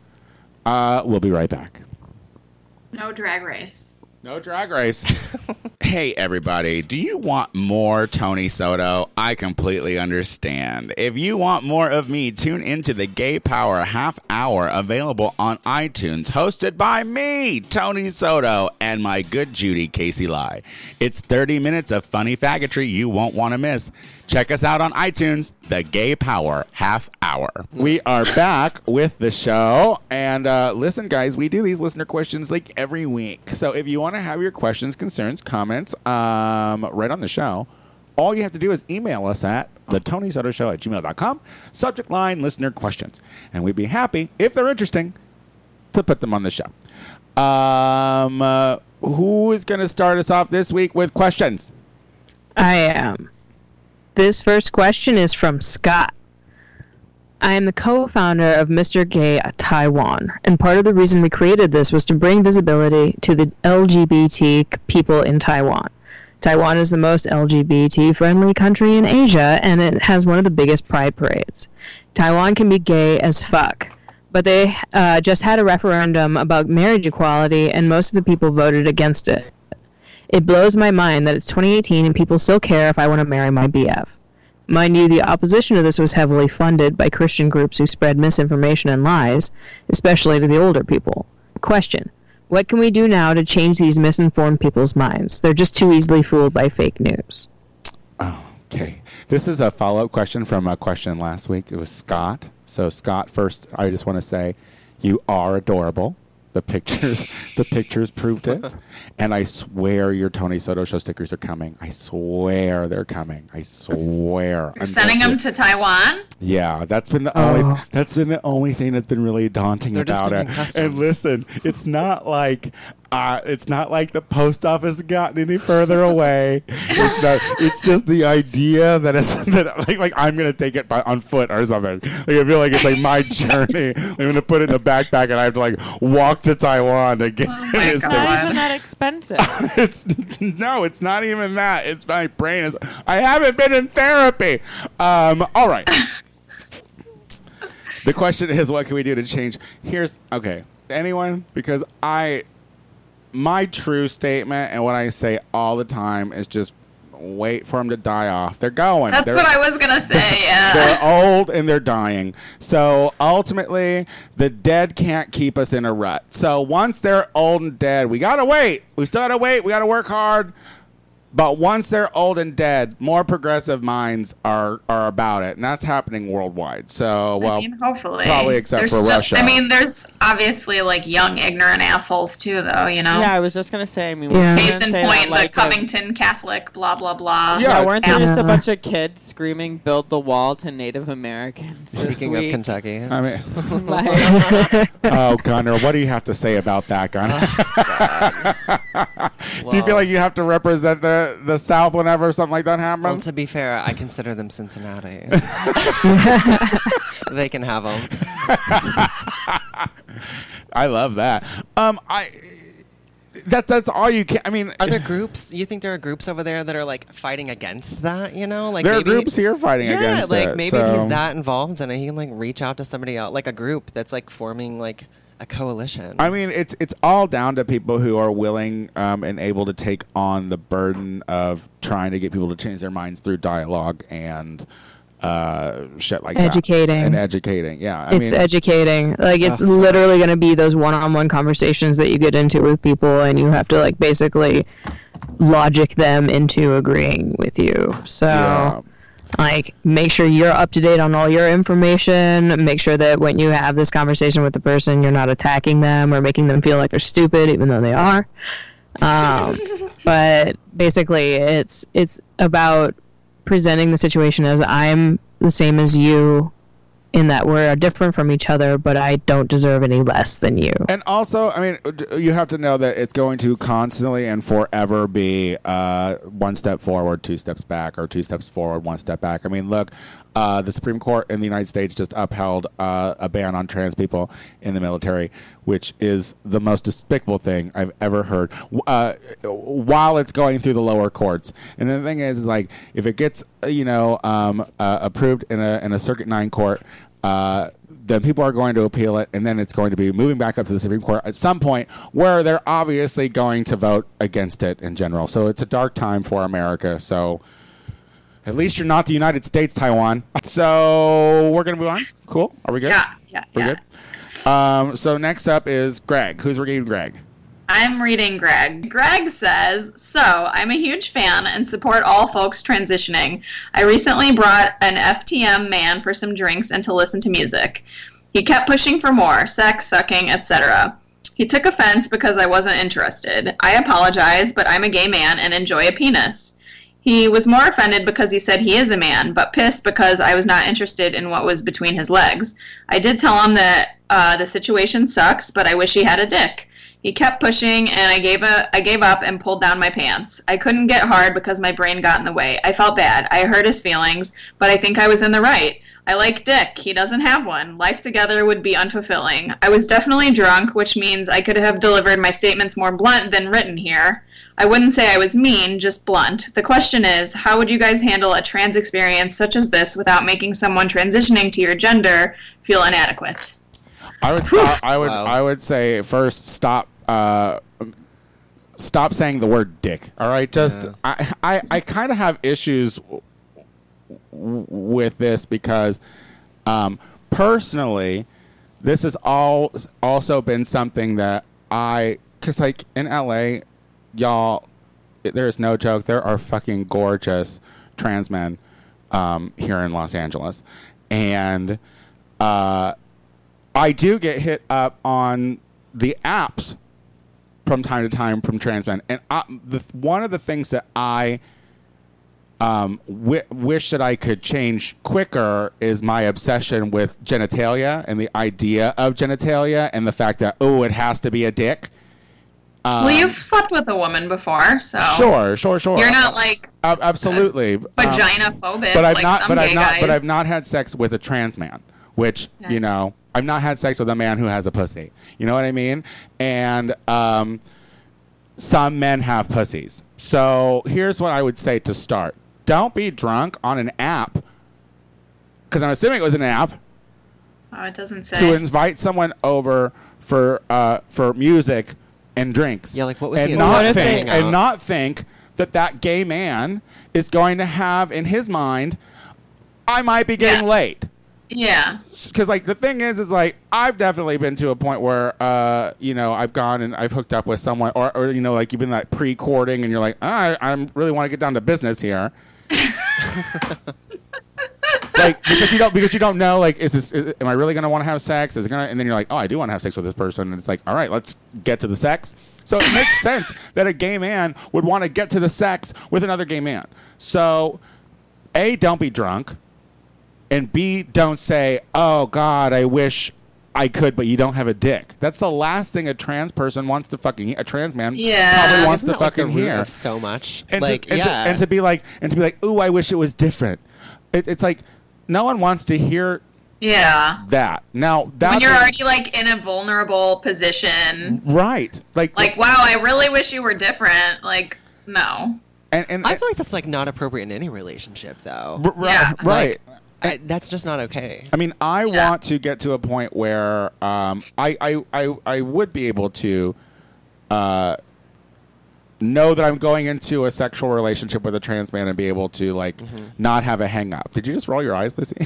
[SPEAKER 1] Uh, we'll be right back.
[SPEAKER 2] No drag race.
[SPEAKER 1] No drag race. hey, everybody. Do you want more Tony Soto? I completely understand. If you want more of me, tune into the Gay Power half hour available on iTunes, hosted by me, Tony Soto, and my good Judy, Casey Lai. It's 30 minutes of funny faggotry you won't want to miss. Check us out on iTunes, the Gay Power half hour. We are back with the show. And uh, listen, guys, we do these listener questions like every week. So if you want to have your questions, concerns, comments um, right on the show, all you have to do is email us at the Tony Soto Show at gmail.com, subject line listener questions. And we'd be happy, if they're interesting, to put them on the show. Um, uh, who is going to start us off this week with questions?
[SPEAKER 6] I am. This first question is from Scott. I am the co founder of Mr. Gay Taiwan, and part of the reason we created this was to bring visibility to the LGBT people in Taiwan. Taiwan is the most LGBT friendly country in Asia, and it has one of the biggest pride parades. Taiwan can be gay as fuck, but they uh, just had a referendum about marriage equality, and most of the people voted against it. It blows my mind that it's 2018 and people still care if I want to marry my BF. Mind you, the opposition to this was heavily funded by Christian groups who spread misinformation and lies, especially to the older people. Question What can we do now to change these misinformed people's minds? They're just too easily fooled by fake news.
[SPEAKER 1] Okay. This is a follow up question from a question last week. It was Scott. So Scott, first I just want to say you are adorable. The pictures the pictures proved it. And I swear your Tony Soto show stickers are coming. I swear they're coming. I swear.
[SPEAKER 2] You're sending them to Taiwan.
[SPEAKER 1] Yeah, that's been the only that's been the only thing that's been really daunting
[SPEAKER 3] They're just
[SPEAKER 1] about
[SPEAKER 3] gonna
[SPEAKER 1] it.
[SPEAKER 3] be customs.
[SPEAKER 1] And listen, it's not like uh, it's not like the post office has gotten any further away. It's not. It's just the idea that it's that like like I'm gonna take it by, on foot or something. Like I feel like it's like my journey. I'm gonna put it in a backpack and I have to like walk to Taiwan to get
[SPEAKER 2] Oh my
[SPEAKER 1] this
[SPEAKER 2] God.
[SPEAKER 1] thing
[SPEAKER 4] Not even that expensive.
[SPEAKER 1] it's no, it's not even that. It's my brain is. I haven't been in therapy. Um, all right. the question is, what can we do to change? Here's okay. Anyone? Because I, my true statement and what I say all the time is just wait for them to die off. They're going.
[SPEAKER 2] That's
[SPEAKER 1] They're-
[SPEAKER 2] what I was gonna say. Yeah.
[SPEAKER 1] they're old and they're dying. So ultimately, the dead can't keep us in a rut. So once they're old and dead, we gotta wait. We still gotta wait. We gotta work hard. But once they're old and dead, more progressive minds are are about it, and that's happening worldwide. So well,
[SPEAKER 2] I mean, hopefully,
[SPEAKER 1] probably except
[SPEAKER 2] There's
[SPEAKER 1] for
[SPEAKER 2] still-
[SPEAKER 1] Russia.
[SPEAKER 2] I mean, there's obviously like young, ignorant assholes too, though. You know,
[SPEAKER 4] Yeah, I was just gonna say. I mean,
[SPEAKER 6] Yeah.
[SPEAKER 4] we're
[SPEAKER 2] case in
[SPEAKER 4] say that,
[SPEAKER 2] point,
[SPEAKER 4] like, uh,
[SPEAKER 2] the Covington Catholic, blah blah blah.
[SPEAKER 1] Yeah.
[SPEAKER 4] Yeah, weren't there just
[SPEAKER 6] Yeah.
[SPEAKER 4] a bunch of kids screaming "Build the wall" to Native Americans? this
[SPEAKER 3] Speaking of
[SPEAKER 4] week?
[SPEAKER 3] Kentucky,
[SPEAKER 1] I mean,
[SPEAKER 4] Like,
[SPEAKER 1] oh Gunner, what do you have to say about that, Gunner? do you
[SPEAKER 3] well-
[SPEAKER 1] feel like you have to represent the the South whenever something like that happens?
[SPEAKER 3] Well, to be fair, I consider them Cincinnati. they can have them.
[SPEAKER 1] I love that. Um, I that that's all you can. I mean,
[SPEAKER 3] Are there groups? You think there are groups over there that are like fighting against that? You know, like
[SPEAKER 1] there are
[SPEAKER 3] maybe,
[SPEAKER 1] groups here fighting
[SPEAKER 3] Yeah,
[SPEAKER 1] against
[SPEAKER 3] like
[SPEAKER 1] it,
[SPEAKER 3] maybe
[SPEAKER 1] so-
[SPEAKER 3] he's that involved, and he can like reach out to somebody else, like a group that's like forming like a coalition.
[SPEAKER 1] I mean, it's it's all down to people who are willing um, and able to take on the burden of trying to get people to change their minds through dialogue and uh, shit like
[SPEAKER 6] Educating.
[SPEAKER 1] that. and educating. Yeah, I
[SPEAKER 6] it's
[SPEAKER 1] mean,
[SPEAKER 6] educating. Like it's literally going to be those one-on-one conversations that you get into with people, and you have to like basically logic them into agreeing with you. So.
[SPEAKER 1] yeah.
[SPEAKER 6] like make sure you're up to date on all your information make sure that when you have this conversation with the person you're not attacking them or making them feel like they're stupid even though they are um, but basically it's it's about presenting the situation as i'm the same as you in that we're different from each other but i don't deserve any less than you
[SPEAKER 1] And also, I mean, d- you have to know that it's going to constantly and forever be uh, one step forward, two steps back, or two steps forward, one step back. I mean, look, uh, the Supreme Court in the United States just upheld uh, a ban on trans people in the military, which is the most despicable thing I've ever heard. w- Uh, while it's going through the lower courts, and the thing is, is like, if it gets uh, you know um, uh, approved in a in a Circuit Nine court. Uh, then people are going to appeal it, and then it's going to be moving back up to the Supreme Court at some point where they're obviously going to vote against it in general. So it's a dark time for America. So at least you're not the United States, Taiwan. So we're going to move on. Cool. Are we good?
[SPEAKER 2] Yeah, yeah,
[SPEAKER 1] We're
[SPEAKER 2] yeah.
[SPEAKER 1] good. Um, so next up is Greg. Who's reading Greg?
[SPEAKER 2] I'm reading Greg. Greg says, So, I'm a huge fan and support all folks transitioning. I recently brought an FTM man for some drinks and to listen to music. He kept pushing for more sex, sucking, etc. He took offense because I wasn't interested. I apologize, but I'm a gay man and enjoy a penis. He was more offended because he said he is a man, but pissed because I was not interested in what was between his legs. I did tell him that uh, the situation sucks, but I wish he had a dick. He kept pushing, and I gave a, I gave up and pulled down my pants. I couldn't get hard because my brain got in the way. I felt bad. I hurt his feelings, but I think I was in the right. I like Dick. He doesn't have one. Life together would be unfulfilling. I was definitely drunk, which means I could have delivered my statements more blunt than written here. I wouldn't say I was mean, just blunt. The question is, how would you guys handle a trans experience such as this without making someone transitioning to your gender feel inadequate?
[SPEAKER 1] I would stop, I would
[SPEAKER 3] Wow.
[SPEAKER 1] I would say first stop uh, stop saying the word dick. All right, just I I, I kind of have issues w- w- with this because um, personally, this has all also been something that I because like in LA, y'all, there is no joke. There are fucking gorgeous trans men um, here in Los Angeles, and. Uh, I do get hit up on the apps from time to time from trans men, and I, the, one of the things that I um, w- wish that I could change quicker is my obsession with genitalia and the idea of genitalia and the fact that oh, it has to be a dick. Um,
[SPEAKER 2] well, you've slept with a woman before, so
[SPEAKER 1] sure, sure, sure.
[SPEAKER 2] Oh. you're not like
[SPEAKER 1] Ab- absolutely Um,
[SPEAKER 2] vagina phobic
[SPEAKER 1] but I've
[SPEAKER 2] like
[SPEAKER 1] um, not,
[SPEAKER 2] some
[SPEAKER 1] but
[SPEAKER 2] gay
[SPEAKER 1] I've not,
[SPEAKER 2] guys.
[SPEAKER 1] but I've not had sex with a trans man, which you
[SPEAKER 2] Nice.
[SPEAKER 1] know, I've not had sex with a man who has a pussy. You know what I mean? And um, some men have pussies. So here's what I would say to start: Don't be drunk on an app, because I'm assuming it was an app
[SPEAKER 2] Oh, it doesn't
[SPEAKER 1] to
[SPEAKER 2] say.
[SPEAKER 1] invite someone over for uh, for music and drinks.
[SPEAKER 3] Yeah, like, what was
[SPEAKER 1] and
[SPEAKER 3] the
[SPEAKER 1] not
[SPEAKER 3] adult
[SPEAKER 1] think
[SPEAKER 3] thing?
[SPEAKER 1] and not think that that gay man is going to have in his mind, I might be getting
[SPEAKER 2] Yeah.
[SPEAKER 1] late.
[SPEAKER 2] yeah.
[SPEAKER 1] Because like the thing is, is like I've definitely been to a point where uh, you know I've gone and I've hooked up with someone, or, or you know like you've been like pre-courting, and you're like, I I really want to get down to business here. like because you don't because you don't know like is this is, am I really gonna want to have sex is it gonna and then you're like oh I do want to have sex with this person and it's like all right let's get to the sex so it makes sense that a gay man would want to get to the sex with another gay man so a don't be drunk and b don't say oh God I wish I could but you don't have a dick that's the last thing a trans person wants to fucking hear. a trans man
[SPEAKER 2] Yeah.
[SPEAKER 1] probably wants
[SPEAKER 3] Isn't
[SPEAKER 1] to
[SPEAKER 3] that, like, the
[SPEAKER 1] fucking
[SPEAKER 3] root
[SPEAKER 1] hear
[SPEAKER 3] of so much.
[SPEAKER 1] and
[SPEAKER 3] like
[SPEAKER 1] to, and,
[SPEAKER 3] yeah,
[SPEAKER 1] to, and to be like and to be like ooh i wish it was different it, it's like no one wants to hear
[SPEAKER 2] Yeah.
[SPEAKER 1] that now that
[SPEAKER 2] When you're already like in a vulnerable position,
[SPEAKER 1] right like
[SPEAKER 2] like wow, I really wish you were different. Like no.
[SPEAKER 1] and, and,
[SPEAKER 3] I feel like that's like not appropriate in any relationship though.
[SPEAKER 1] r- r-
[SPEAKER 2] Yeah.
[SPEAKER 1] right
[SPEAKER 3] I, that's just not okay.
[SPEAKER 1] I mean, I
[SPEAKER 2] Yeah.
[SPEAKER 1] want to get to a point where um, I, I, I, I would be able to uh, know that I'm going into a sexual relationship with a trans man and be able to like not have a hang up. Did you just roll your eyes, Lucy?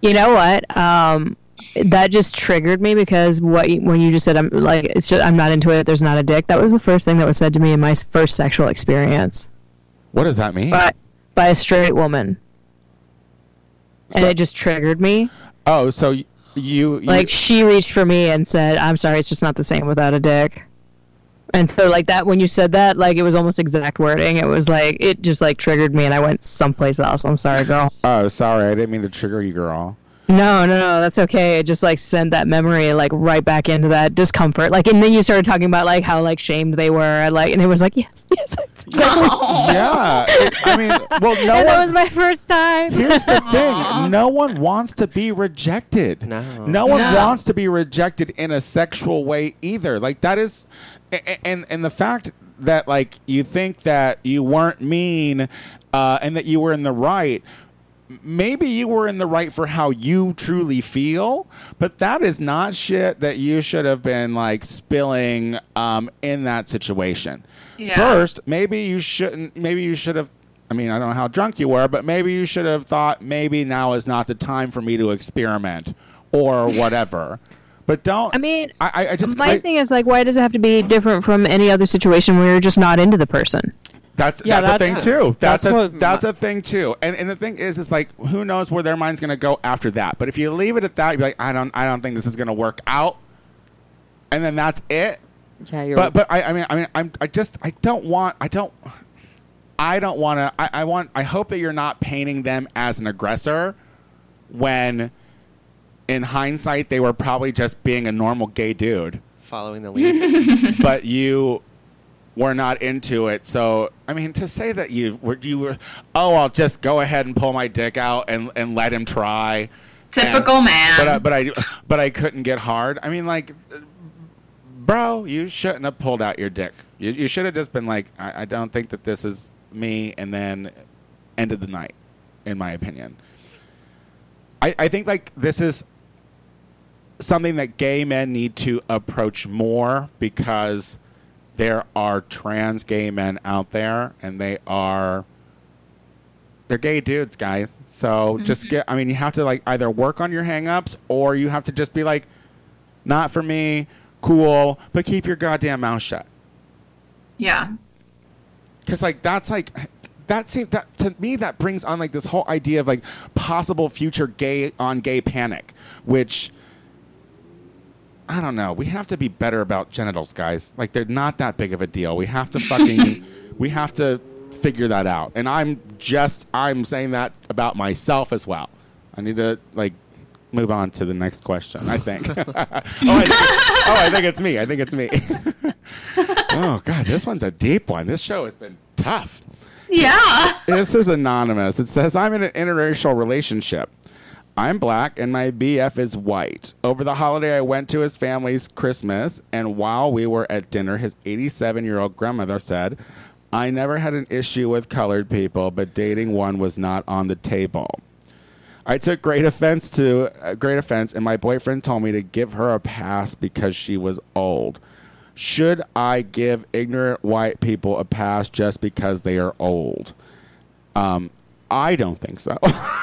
[SPEAKER 6] You know what? Um, that just triggered me because what you, when you just said I'm like it's just I'm not into it. There's not a dick. That was the first thing that was said to me in my s- first sexual experience,
[SPEAKER 1] what does that mean?
[SPEAKER 6] but by a straight woman, and it just triggered me.
[SPEAKER 1] oh, so y- you, you
[SPEAKER 6] Like she reached for me and said, "I'm sorry, it's just not the same without a dick." And so like that when you said that, like it was almost exact wording. It was like it just like triggered me, and I went someplace else. I'm sorry, girl.
[SPEAKER 1] Oh, sorry. I didn't mean to trigger you, girl.
[SPEAKER 6] No, no, no, that's okay. It just like sent that memory like right back into that discomfort. Like, and then you started talking about like how like shamed they were, and, like, and it was like yes, yes. it's exactly-
[SPEAKER 1] Yeah. it- I mean, well, no
[SPEAKER 6] and that was
[SPEAKER 1] one.
[SPEAKER 6] my first time.
[SPEAKER 1] Here's the thing no one wants to be rejected.
[SPEAKER 3] No.
[SPEAKER 1] one
[SPEAKER 6] No.
[SPEAKER 1] wants to be rejected in a sexual way either. Like, that is. a- a- And, and the fact that, like, you think that you weren't mean uh, and that you were in the right. Maybe you were in the right for how you truly feel, but that is not shit that you should have been like spilling um, in that situation.
[SPEAKER 2] Yeah.
[SPEAKER 1] First, maybe you shouldn't. Maybe you should have. I mean, I don't know how drunk you were, but maybe you should have thought maybe now is not the time for me to experiment or whatever. but don't.
[SPEAKER 6] I mean,
[SPEAKER 1] I, I- I just.
[SPEAKER 6] my
[SPEAKER 1] I-
[SPEAKER 6] thing is like, why does it have to be different from any other situation where you're just not into the person?
[SPEAKER 1] That's
[SPEAKER 4] Yeah,
[SPEAKER 1] that's, a
[SPEAKER 4] that's-
[SPEAKER 1] thing too. That's,
[SPEAKER 4] that's
[SPEAKER 1] a
[SPEAKER 4] what
[SPEAKER 1] that's
[SPEAKER 4] my-
[SPEAKER 1] a thing too. And and the thing is, is like who knows where their mind's gonna go after that. But if you leave it at that, you're like, I don't I don't think this is gonna work out. And then that's it.
[SPEAKER 4] Yeah, you're.
[SPEAKER 1] But but I, I mean I mean I'm I just I don't want I don't I don't want to I, I want I hope that you're not painting them as an aggressor when in hindsight they were probably just being a normal gay dude
[SPEAKER 3] Following the lead.
[SPEAKER 1] but you were not into it. So, I mean, to say that you were, you were, oh, I'll just go ahead and pull my dick out and, and let him try.
[SPEAKER 2] Typical
[SPEAKER 1] And-
[SPEAKER 2] man.
[SPEAKER 1] But uh, I, but I but I couldn't get hard. I mean, like, bro, you shouldn't have pulled out your dick. You, you should have just been like, I, I don't think that this is me, and then ended the night, in my opinion. I, I think like this is something that gay men need to approach more because there are trans gay men out there and they are they're gay dudes guys so just get i mean you have to like either work on your hangups or you have to just be like not for me cool but keep your goddamn mouth shut
[SPEAKER 2] yeah.
[SPEAKER 1] because like that's like that seems that to me that brings on like this whole idea of like possible future gay on gay panic which i don't know we have to be better about genitals guys like they're not that big of a deal we have to fucking we have to figure that out and i'm just i'm saying that about myself as well i need to like move on to the next question i think oh, I, oh i think it's me i think it's me oh God, this one's a deep one. This show has been tough.
[SPEAKER 2] Yeah.
[SPEAKER 1] This is anonymous. It says I'm in an interracial relationship. I'm black and my BF is white. Over the holiday, I went to his family's Christmas, and while we were at dinner, his 87 year old grandmother said, I never had an issue with colored people, but dating one was not on the table. I took great offense to uh, great offense, and my boyfriend told me to give her a pass because she was old. Should I give ignorant white people a pass just because they are old? Um, I don't think so.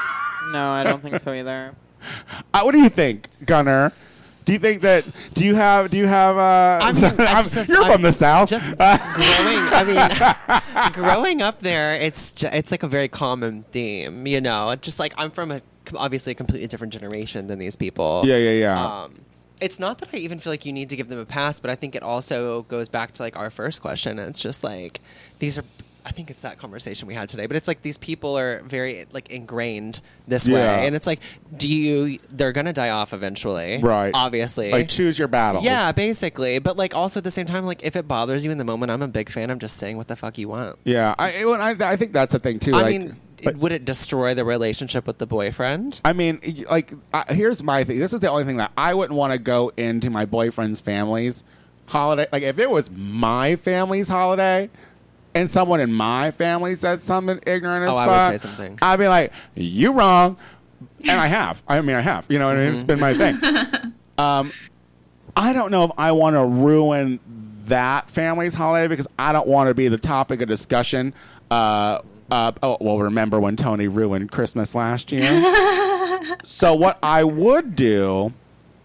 [SPEAKER 4] No, I don't think so either.
[SPEAKER 1] Uh, what do you think, Gunner? Do you think that? Do you have? Do you have? Uh,
[SPEAKER 3] I mean, I
[SPEAKER 1] I'm-
[SPEAKER 3] just-
[SPEAKER 1] you're
[SPEAKER 3] I
[SPEAKER 1] from the
[SPEAKER 3] mean,
[SPEAKER 1] south.
[SPEAKER 3] Just growing, I mean, growing up there, it's ju- it's like a very common theme, you know. It's Just like I'm from a obviously a completely different generation than these people.
[SPEAKER 1] yeah, yeah, yeah.
[SPEAKER 3] Um, it's not that I even feel like you need to give them a pass, but I think it also goes back to like our first question. It's just like these are. I think it's that conversation we had today, but it's like these people are very like ingrained this
[SPEAKER 1] Yeah.
[SPEAKER 3] way, and it's like, do you? They're gonna die off eventually,
[SPEAKER 1] right.
[SPEAKER 3] Obviously,
[SPEAKER 1] like choose your battles.
[SPEAKER 3] yeah, basically. But like also at the same time, like if it bothers you in the moment, I'm a big fan. I'm just saying what the fuck you want.
[SPEAKER 1] yeah. I, well, I, I think that's the thing too.
[SPEAKER 3] I
[SPEAKER 1] like,
[SPEAKER 3] mean, would it destroy the relationship with the boyfriend?
[SPEAKER 1] I mean, y- like, I, here's my thing. This is the only thing that I wouldn't want to go into my boyfriend's family's holiday. Like, if it was my family's holiday and someone in my family said something ignorant as
[SPEAKER 3] Oh,
[SPEAKER 1] fuck,
[SPEAKER 3] I would say something.
[SPEAKER 1] I'd be like, you wrong. And I have. I mean, I have. You know, what I
[SPEAKER 3] Mm-hmm.
[SPEAKER 1] mean? it's been my thing. Um, I don't know if I want to ruin that family's holiday because I don't want to be the topic of discussion. Uh, uh, oh, well, remember when Tony ruined Christmas last year? so, what I would do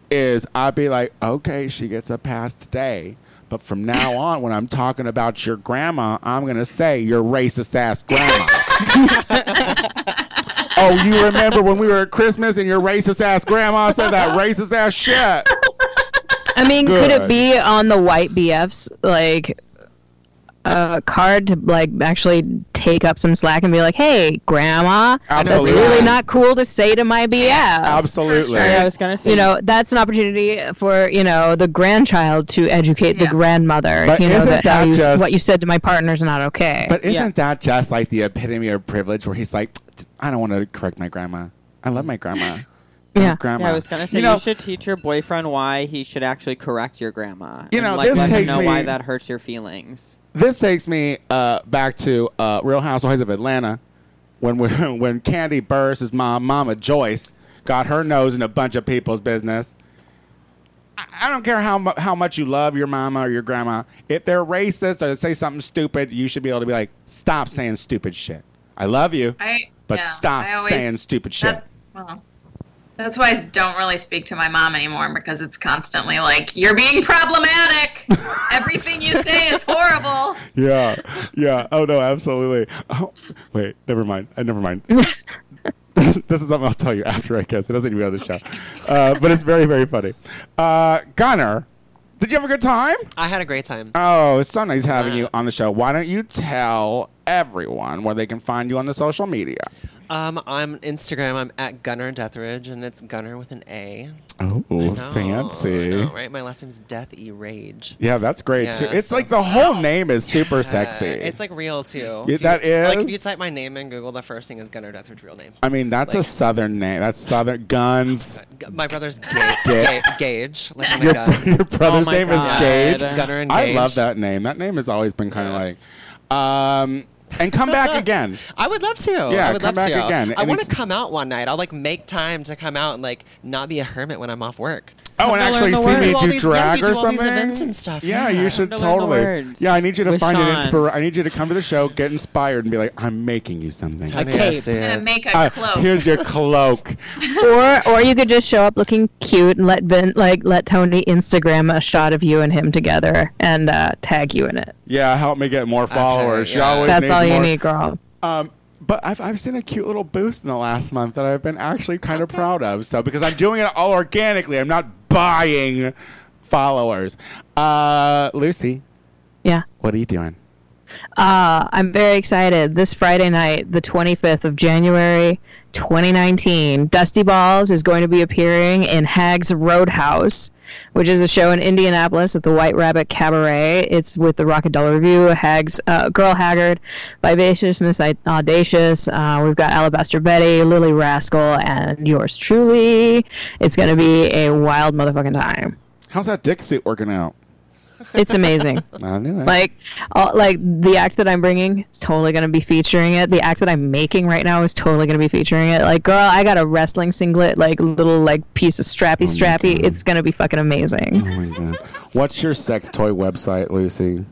[SPEAKER 1] is I'd be like, okay, she gets a pass today. But from now on, when I'm talking about your grandma, I'm going to say your racist ass grandma. oh, you remember when we were at Christmas and your racist ass grandma said that racist ass shit?
[SPEAKER 6] I mean, could
[SPEAKER 1] Good.
[SPEAKER 6] it be on the white BFs like uh, card to like actually take up some slack and be like, "Hey, grandma,
[SPEAKER 1] Absolutely.
[SPEAKER 6] that's really not cool to say to my BF."
[SPEAKER 1] Absolutely.
[SPEAKER 4] Yeah, I was gonna say.
[SPEAKER 6] You know, that's an opportunity for you know the grandchild to educate the
[SPEAKER 2] Yeah.
[SPEAKER 6] grandmother.
[SPEAKER 1] But
[SPEAKER 6] you know
[SPEAKER 1] isn't
[SPEAKER 6] how
[SPEAKER 1] that
[SPEAKER 6] you,
[SPEAKER 1] just-
[SPEAKER 6] what you said to my partner's not okay.
[SPEAKER 1] But isn't
[SPEAKER 4] Yeah.
[SPEAKER 1] that just like the epitome of privilege where he's like, I don't want to correct my grandma. I love my grandma. My
[SPEAKER 6] Yeah.
[SPEAKER 1] grandma.
[SPEAKER 4] Yeah, I was gonna say
[SPEAKER 1] You
[SPEAKER 4] you,
[SPEAKER 1] know,
[SPEAKER 4] should teach your boyfriend why he should actually correct your grandma.
[SPEAKER 1] You
[SPEAKER 4] and,
[SPEAKER 1] know,
[SPEAKER 4] like,
[SPEAKER 1] this
[SPEAKER 4] let him
[SPEAKER 1] takes
[SPEAKER 4] know
[SPEAKER 1] me-
[SPEAKER 4] why that hurts your feelings.
[SPEAKER 1] this takes me uh, back to uh, Real Housewives of Atlanta when we, when Candy Burris' mom, Mama Joyce, got her nose in a bunch of people's business. I, I don't care how mu- how much you love your mama or your grandma. If they're racist or say something stupid, you should be able to be like, stop saying stupid shit. I love you,
[SPEAKER 2] I,
[SPEAKER 1] but
[SPEAKER 2] yeah,
[SPEAKER 1] stop
[SPEAKER 2] I always-
[SPEAKER 1] saying stupid shit.
[SPEAKER 2] That, well, that's why I don't really speak to my mom anymore because it's constantly like, you're being problematic. Everything you say is horrible.
[SPEAKER 1] yeah, yeah. Oh no, absolutely. Oh, wait, never mind. Uh, never mind. this is something I'll tell you after, I guess. It doesn't even go on the show, uh, but it's very, very funny. Uh, Gunner, did you have a good time?
[SPEAKER 3] I had a great time.
[SPEAKER 1] Oh, it's so nice having you on the show. Why don't you tell everyone where they can find you on the social media?
[SPEAKER 3] Um, I'm Instagram. I'm at Gunner Deathridge, and it's Gunner with an A.
[SPEAKER 1] Oh,
[SPEAKER 3] I know, I know, right? My last name's Death E Rage.
[SPEAKER 1] Yeah, that's great
[SPEAKER 3] Yeah,
[SPEAKER 1] too. It's
[SPEAKER 3] so-
[SPEAKER 1] like the whole name is super sexy.
[SPEAKER 3] Uh, it's like real too.
[SPEAKER 1] Yeah,
[SPEAKER 3] If
[SPEAKER 1] that
[SPEAKER 3] you, like
[SPEAKER 1] is-
[SPEAKER 3] if you type my name in Google, the first thing is Gunner Deathridge real name.
[SPEAKER 1] I mean, that's a
[SPEAKER 3] like-
[SPEAKER 1] southern name. That's southern guns.
[SPEAKER 3] Gu- My brother's Ga-
[SPEAKER 1] Dick.
[SPEAKER 3] Ga- Gage. Like oh when I
[SPEAKER 1] Your,
[SPEAKER 3] got-
[SPEAKER 1] your
[SPEAKER 3] Oh
[SPEAKER 1] brother's
[SPEAKER 4] my
[SPEAKER 1] name
[SPEAKER 4] God.
[SPEAKER 1] is Gage.
[SPEAKER 3] Gunner and
[SPEAKER 1] I
[SPEAKER 3] Gage.
[SPEAKER 1] love that name. That name has always been kind of like, um, and come back again.
[SPEAKER 3] I would love to.
[SPEAKER 1] Yeah,
[SPEAKER 3] I would
[SPEAKER 1] come
[SPEAKER 3] love
[SPEAKER 1] back
[SPEAKER 3] to.
[SPEAKER 1] again.
[SPEAKER 3] I
[SPEAKER 1] And
[SPEAKER 3] want to
[SPEAKER 1] it's-
[SPEAKER 3] come out one night. I'll like make time to come out and like not be a hermit when I'm off work.
[SPEAKER 1] Oh, and
[SPEAKER 4] learn
[SPEAKER 1] actually
[SPEAKER 4] the
[SPEAKER 1] see
[SPEAKER 4] words.
[SPEAKER 1] me
[SPEAKER 4] Do
[SPEAKER 3] all
[SPEAKER 1] do
[SPEAKER 3] these- yeah,
[SPEAKER 1] drag
[SPEAKER 3] we do
[SPEAKER 1] or
[SPEAKER 3] all these
[SPEAKER 1] something.
[SPEAKER 3] events and stuff.
[SPEAKER 1] Yeah,
[SPEAKER 3] Yeah.
[SPEAKER 1] you should
[SPEAKER 4] To learn the
[SPEAKER 1] totally.
[SPEAKER 4] words.
[SPEAKER 1] Yeah, I need you to
[SPEAKER 4] With
[SPEAKER 1] find an
[SPEAKER 4] Sean.
[SPEAKER 1] inspira. I need you to come to the show, get inspired, and be like, I'm making you something.
[SPEAKER 3] I mean,
[SPEAKER 6] cape.
[SPEAKER 3] yes,
[SPEAKER 2] I'm going to
[SPEAKER 3] yeah.
[SPEAKER 2] make a
[SPEAKER 1] Uh,
[SPEAKER 2] cloak.
[SPEAKER 1] here's your cloak.
[SPEAKER 6] or or you could just show up looking cute and let Vin, like let Tony Instagram a shot of you and him together and uh, tag you in it.
[SPEAKER 1] Yeah, help me get more followers. She
[SPEAKER 3] yeah.
[SPEAKER 1] always
[SPEAKER 6] That's
[SPEAKER 1] needs
[SPEAKER 6] all you
[SPEAKER 1] more.
[SPEAKER 6] need, girl.
[SPEAKER 1] Um, but I've, I've seen a cute little boost in the last month that I've been actually kind of proud of. So because I'm doing it all organically, I'm not buying followers. Uh, Lucy,
[SPEAKER 6] Yeah.
[SPEAKER 1] what are you doing?
[SPEAKER 6] Uh, I'm very excited. This Friday night, the 25th of January, 2019, Dusty Balls is going to be appearing in Hag's Roadhouse which is a show in Indianapolis at the White Rabbit Cabaret. It's with the Rockadella Review, Hags, uh, Girl Haggard, Vivacious Miss Audacious. Uh, we've got Alabaster Betty, Lily Rascal, and yours truly. It's going to be a wild motherfucking time.
[SPEAKER 1] How's that dick suit working out?
[SPEAKER 6] It's amazing.
[SPEAKER 1] I knew that.
[SPEAKER 6] Like, all, like the act that I'm bringing is totally going to be featuring it. The act that I'm making right now is totally going to be featuring it. Like, girl, I got a wrestling singlet, like little like piece of strappy, strappy. It's going to be fucking amazing.
[SPEAKER 1] oh my god. What's your sex toy website, Lucy?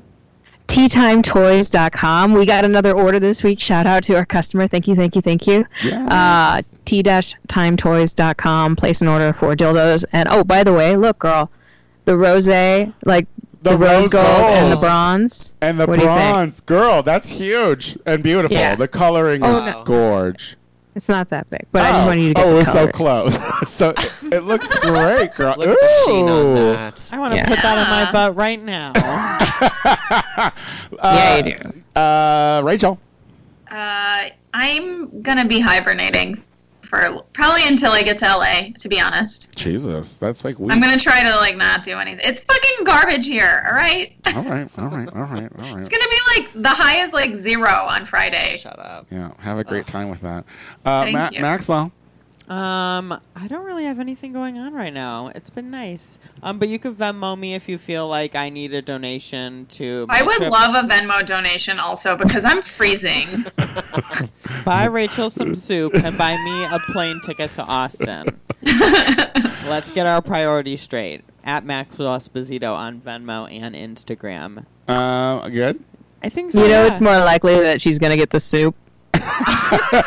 [SPEAKER 6] TeaTimeToys.com. We got another order this week. Shout out to our customer. Thank you, thank you, thank you. Uh,
[SPEAKER 1] Yes.
[SPEAKER 6] T-TimeToys.com. Place an order for dildos. And oh, by the way, look, girl, the rose, like
[SPEAKER 1] The
[SPEAKER 6] the, rose
[SPEAKER 1] rose
[SPEAKER 6] gold and the
[SPEAKER 1] gold.
[SPEAKER 6] bronze.
[SPEAKER 1] And the
[SPEAKER 6] What do you think?
[SPEAKER 1] bronze girl, that's huge and beautiful.
[SPEAKER 6] Yeah.
[SPEAKER 1] The coloring is
[SPEAKER 3] no.
[SPEAKER 1] gorge.
[SPEAKER 6] It's not that big, but I just wanted you to get
[SPEAKER 1] oh,
[SPEAKER 6] the
[SPEAKER 1] we're
[SPEAKER 6] color.
[SPEAKER 1] so close. so it, it looks great, girl.
[SPEAKER 3] Look at the sheen on
[SPEAKER 1] Ooh.
[SPEAKER 3] that.
[SPEAKER 4] I want to
[SPEAKER 6] Yeah.
[SPEAKER 4] put that in my butt right now.
[SPEAKER 6] yeah, you do.
[SPEAKER 1] Uh, Rachel.
[SPEAKER 2] Uh, I'm gonna be hibernating for probably until I get to LA. To be honest,
[SPEAKER 1] Jesus, that's like weeks.
[SPEAKER 2] I'm gonna try to like not do anything. It's fucking garbage here. All right, it's
[SPEAKER 1] all right, all right, all right, all right.
[SPEAKER 2] gonna be like the high is like zero on Friday.
[SPEAKER 3] Shut up.
[SPEAKER 1] Yeah, have a great time with that. Uh,
[SPEAKER 2] Thank
[SPEAKER 1] Ma-
[SPEAKER 2] you.
[SPEAKER 1] Maxwell.
[SPEAKER 4] Um, I don't really have anything going on right now. It's been nice. Um, but you can Venmo me if you feel like I need a donation to. My
[SPEAKER 2] I would
[SPEAKER 4] trip.
[SPEAKER 2] love a Venmo donation also because I'm freezing.
[SPEAKER 4] buy Rachel some soup and buy me a plane ticket to Austin. Let's get our priorities straight. At Maxwell Esposito on Venmo and Instagram.
[SPEAKER 1] Uh, good.
[SPEAKER 4] I think so.
[SPEAKER 6] You know,
[SPEAKER 4] yeah.
[SPEAKER 6] it's more likely that she's gonna get the soup.
[SPEAKER 4] Girl,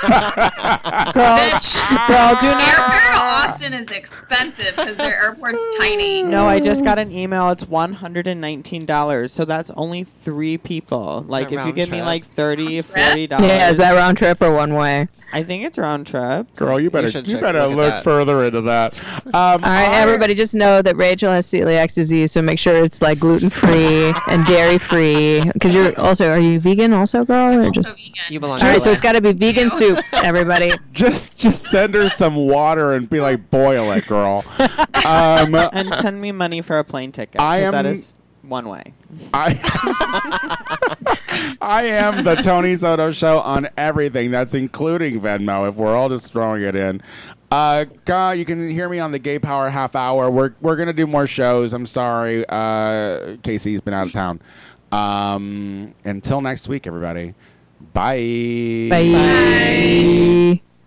[SPEAKER 2] Bitch,
[SPEAKER 4] girl, do not.
[SPEAKER 2] airfare to Austin is expensive because their airport's tiny.
[SPEAKER 4] No, I just got an email. It's one hundred and nineteen dollars. So that's only three people. Like,
[SPEAKER 3] A
[SPEAKER 4] if you
[SPEAKER 3] round
[SPEAKER 4] give me
[SPEAKER 3] trip.
[SPEAKER 4] like thirty,
[SPEAKER 2] Round trip?
[SPEAKER 4] forty dollars,
[SPEAKER 6] Yeah, is that round trip or one way?
[SPEAKER 4] I think it's round trip.
[SPEAKER 1] Girl, you better you,
[SPEAKER 3] should check-
[SPEAKER 1] better
[SPEAKER 3] look at
[SPEAKER 1] look
[SPEAKER 3] that.
[SPEAKER 1] further into that. Um,
[SPEAKER 6] All right, everybody, just know that Rachel has celiac disease, so make sure it's like gluten free and dairy free. Because you're also, are you vegan also, girl? Or just
[SPEAKER 2] So vegan.
[SPEAKER 3] You belong
[SPEAKER 6] all
[SPEAKER 3] to
[SPEAKER 6] right, so
[SPEAKER 3] LA.
[SPEAKER 6] it's got to be vegan soup, everybody.
[SPEAKER 1] Just just send her some water and be like, boil it, girl. Um,
[SPEAKER 4] and send me money for a plane ticket.
[SPEAKER 1] I
[SPEAKER 4] 'cause that
[SPEAKER 1] am-
[SPEAKER 4] is one way.
[SPEAKER 1] I I am the Tony Soto show on everything. That's including Venmo. If we're all just throwing it in. Uh, God, you can hear me on the Gay Power Half Hour. We're we're gonna do more shows. I'm sorry, uh, Casey's been out of town. Um, until next week, everybody. Bye.
[SPEAKER 6] Bye.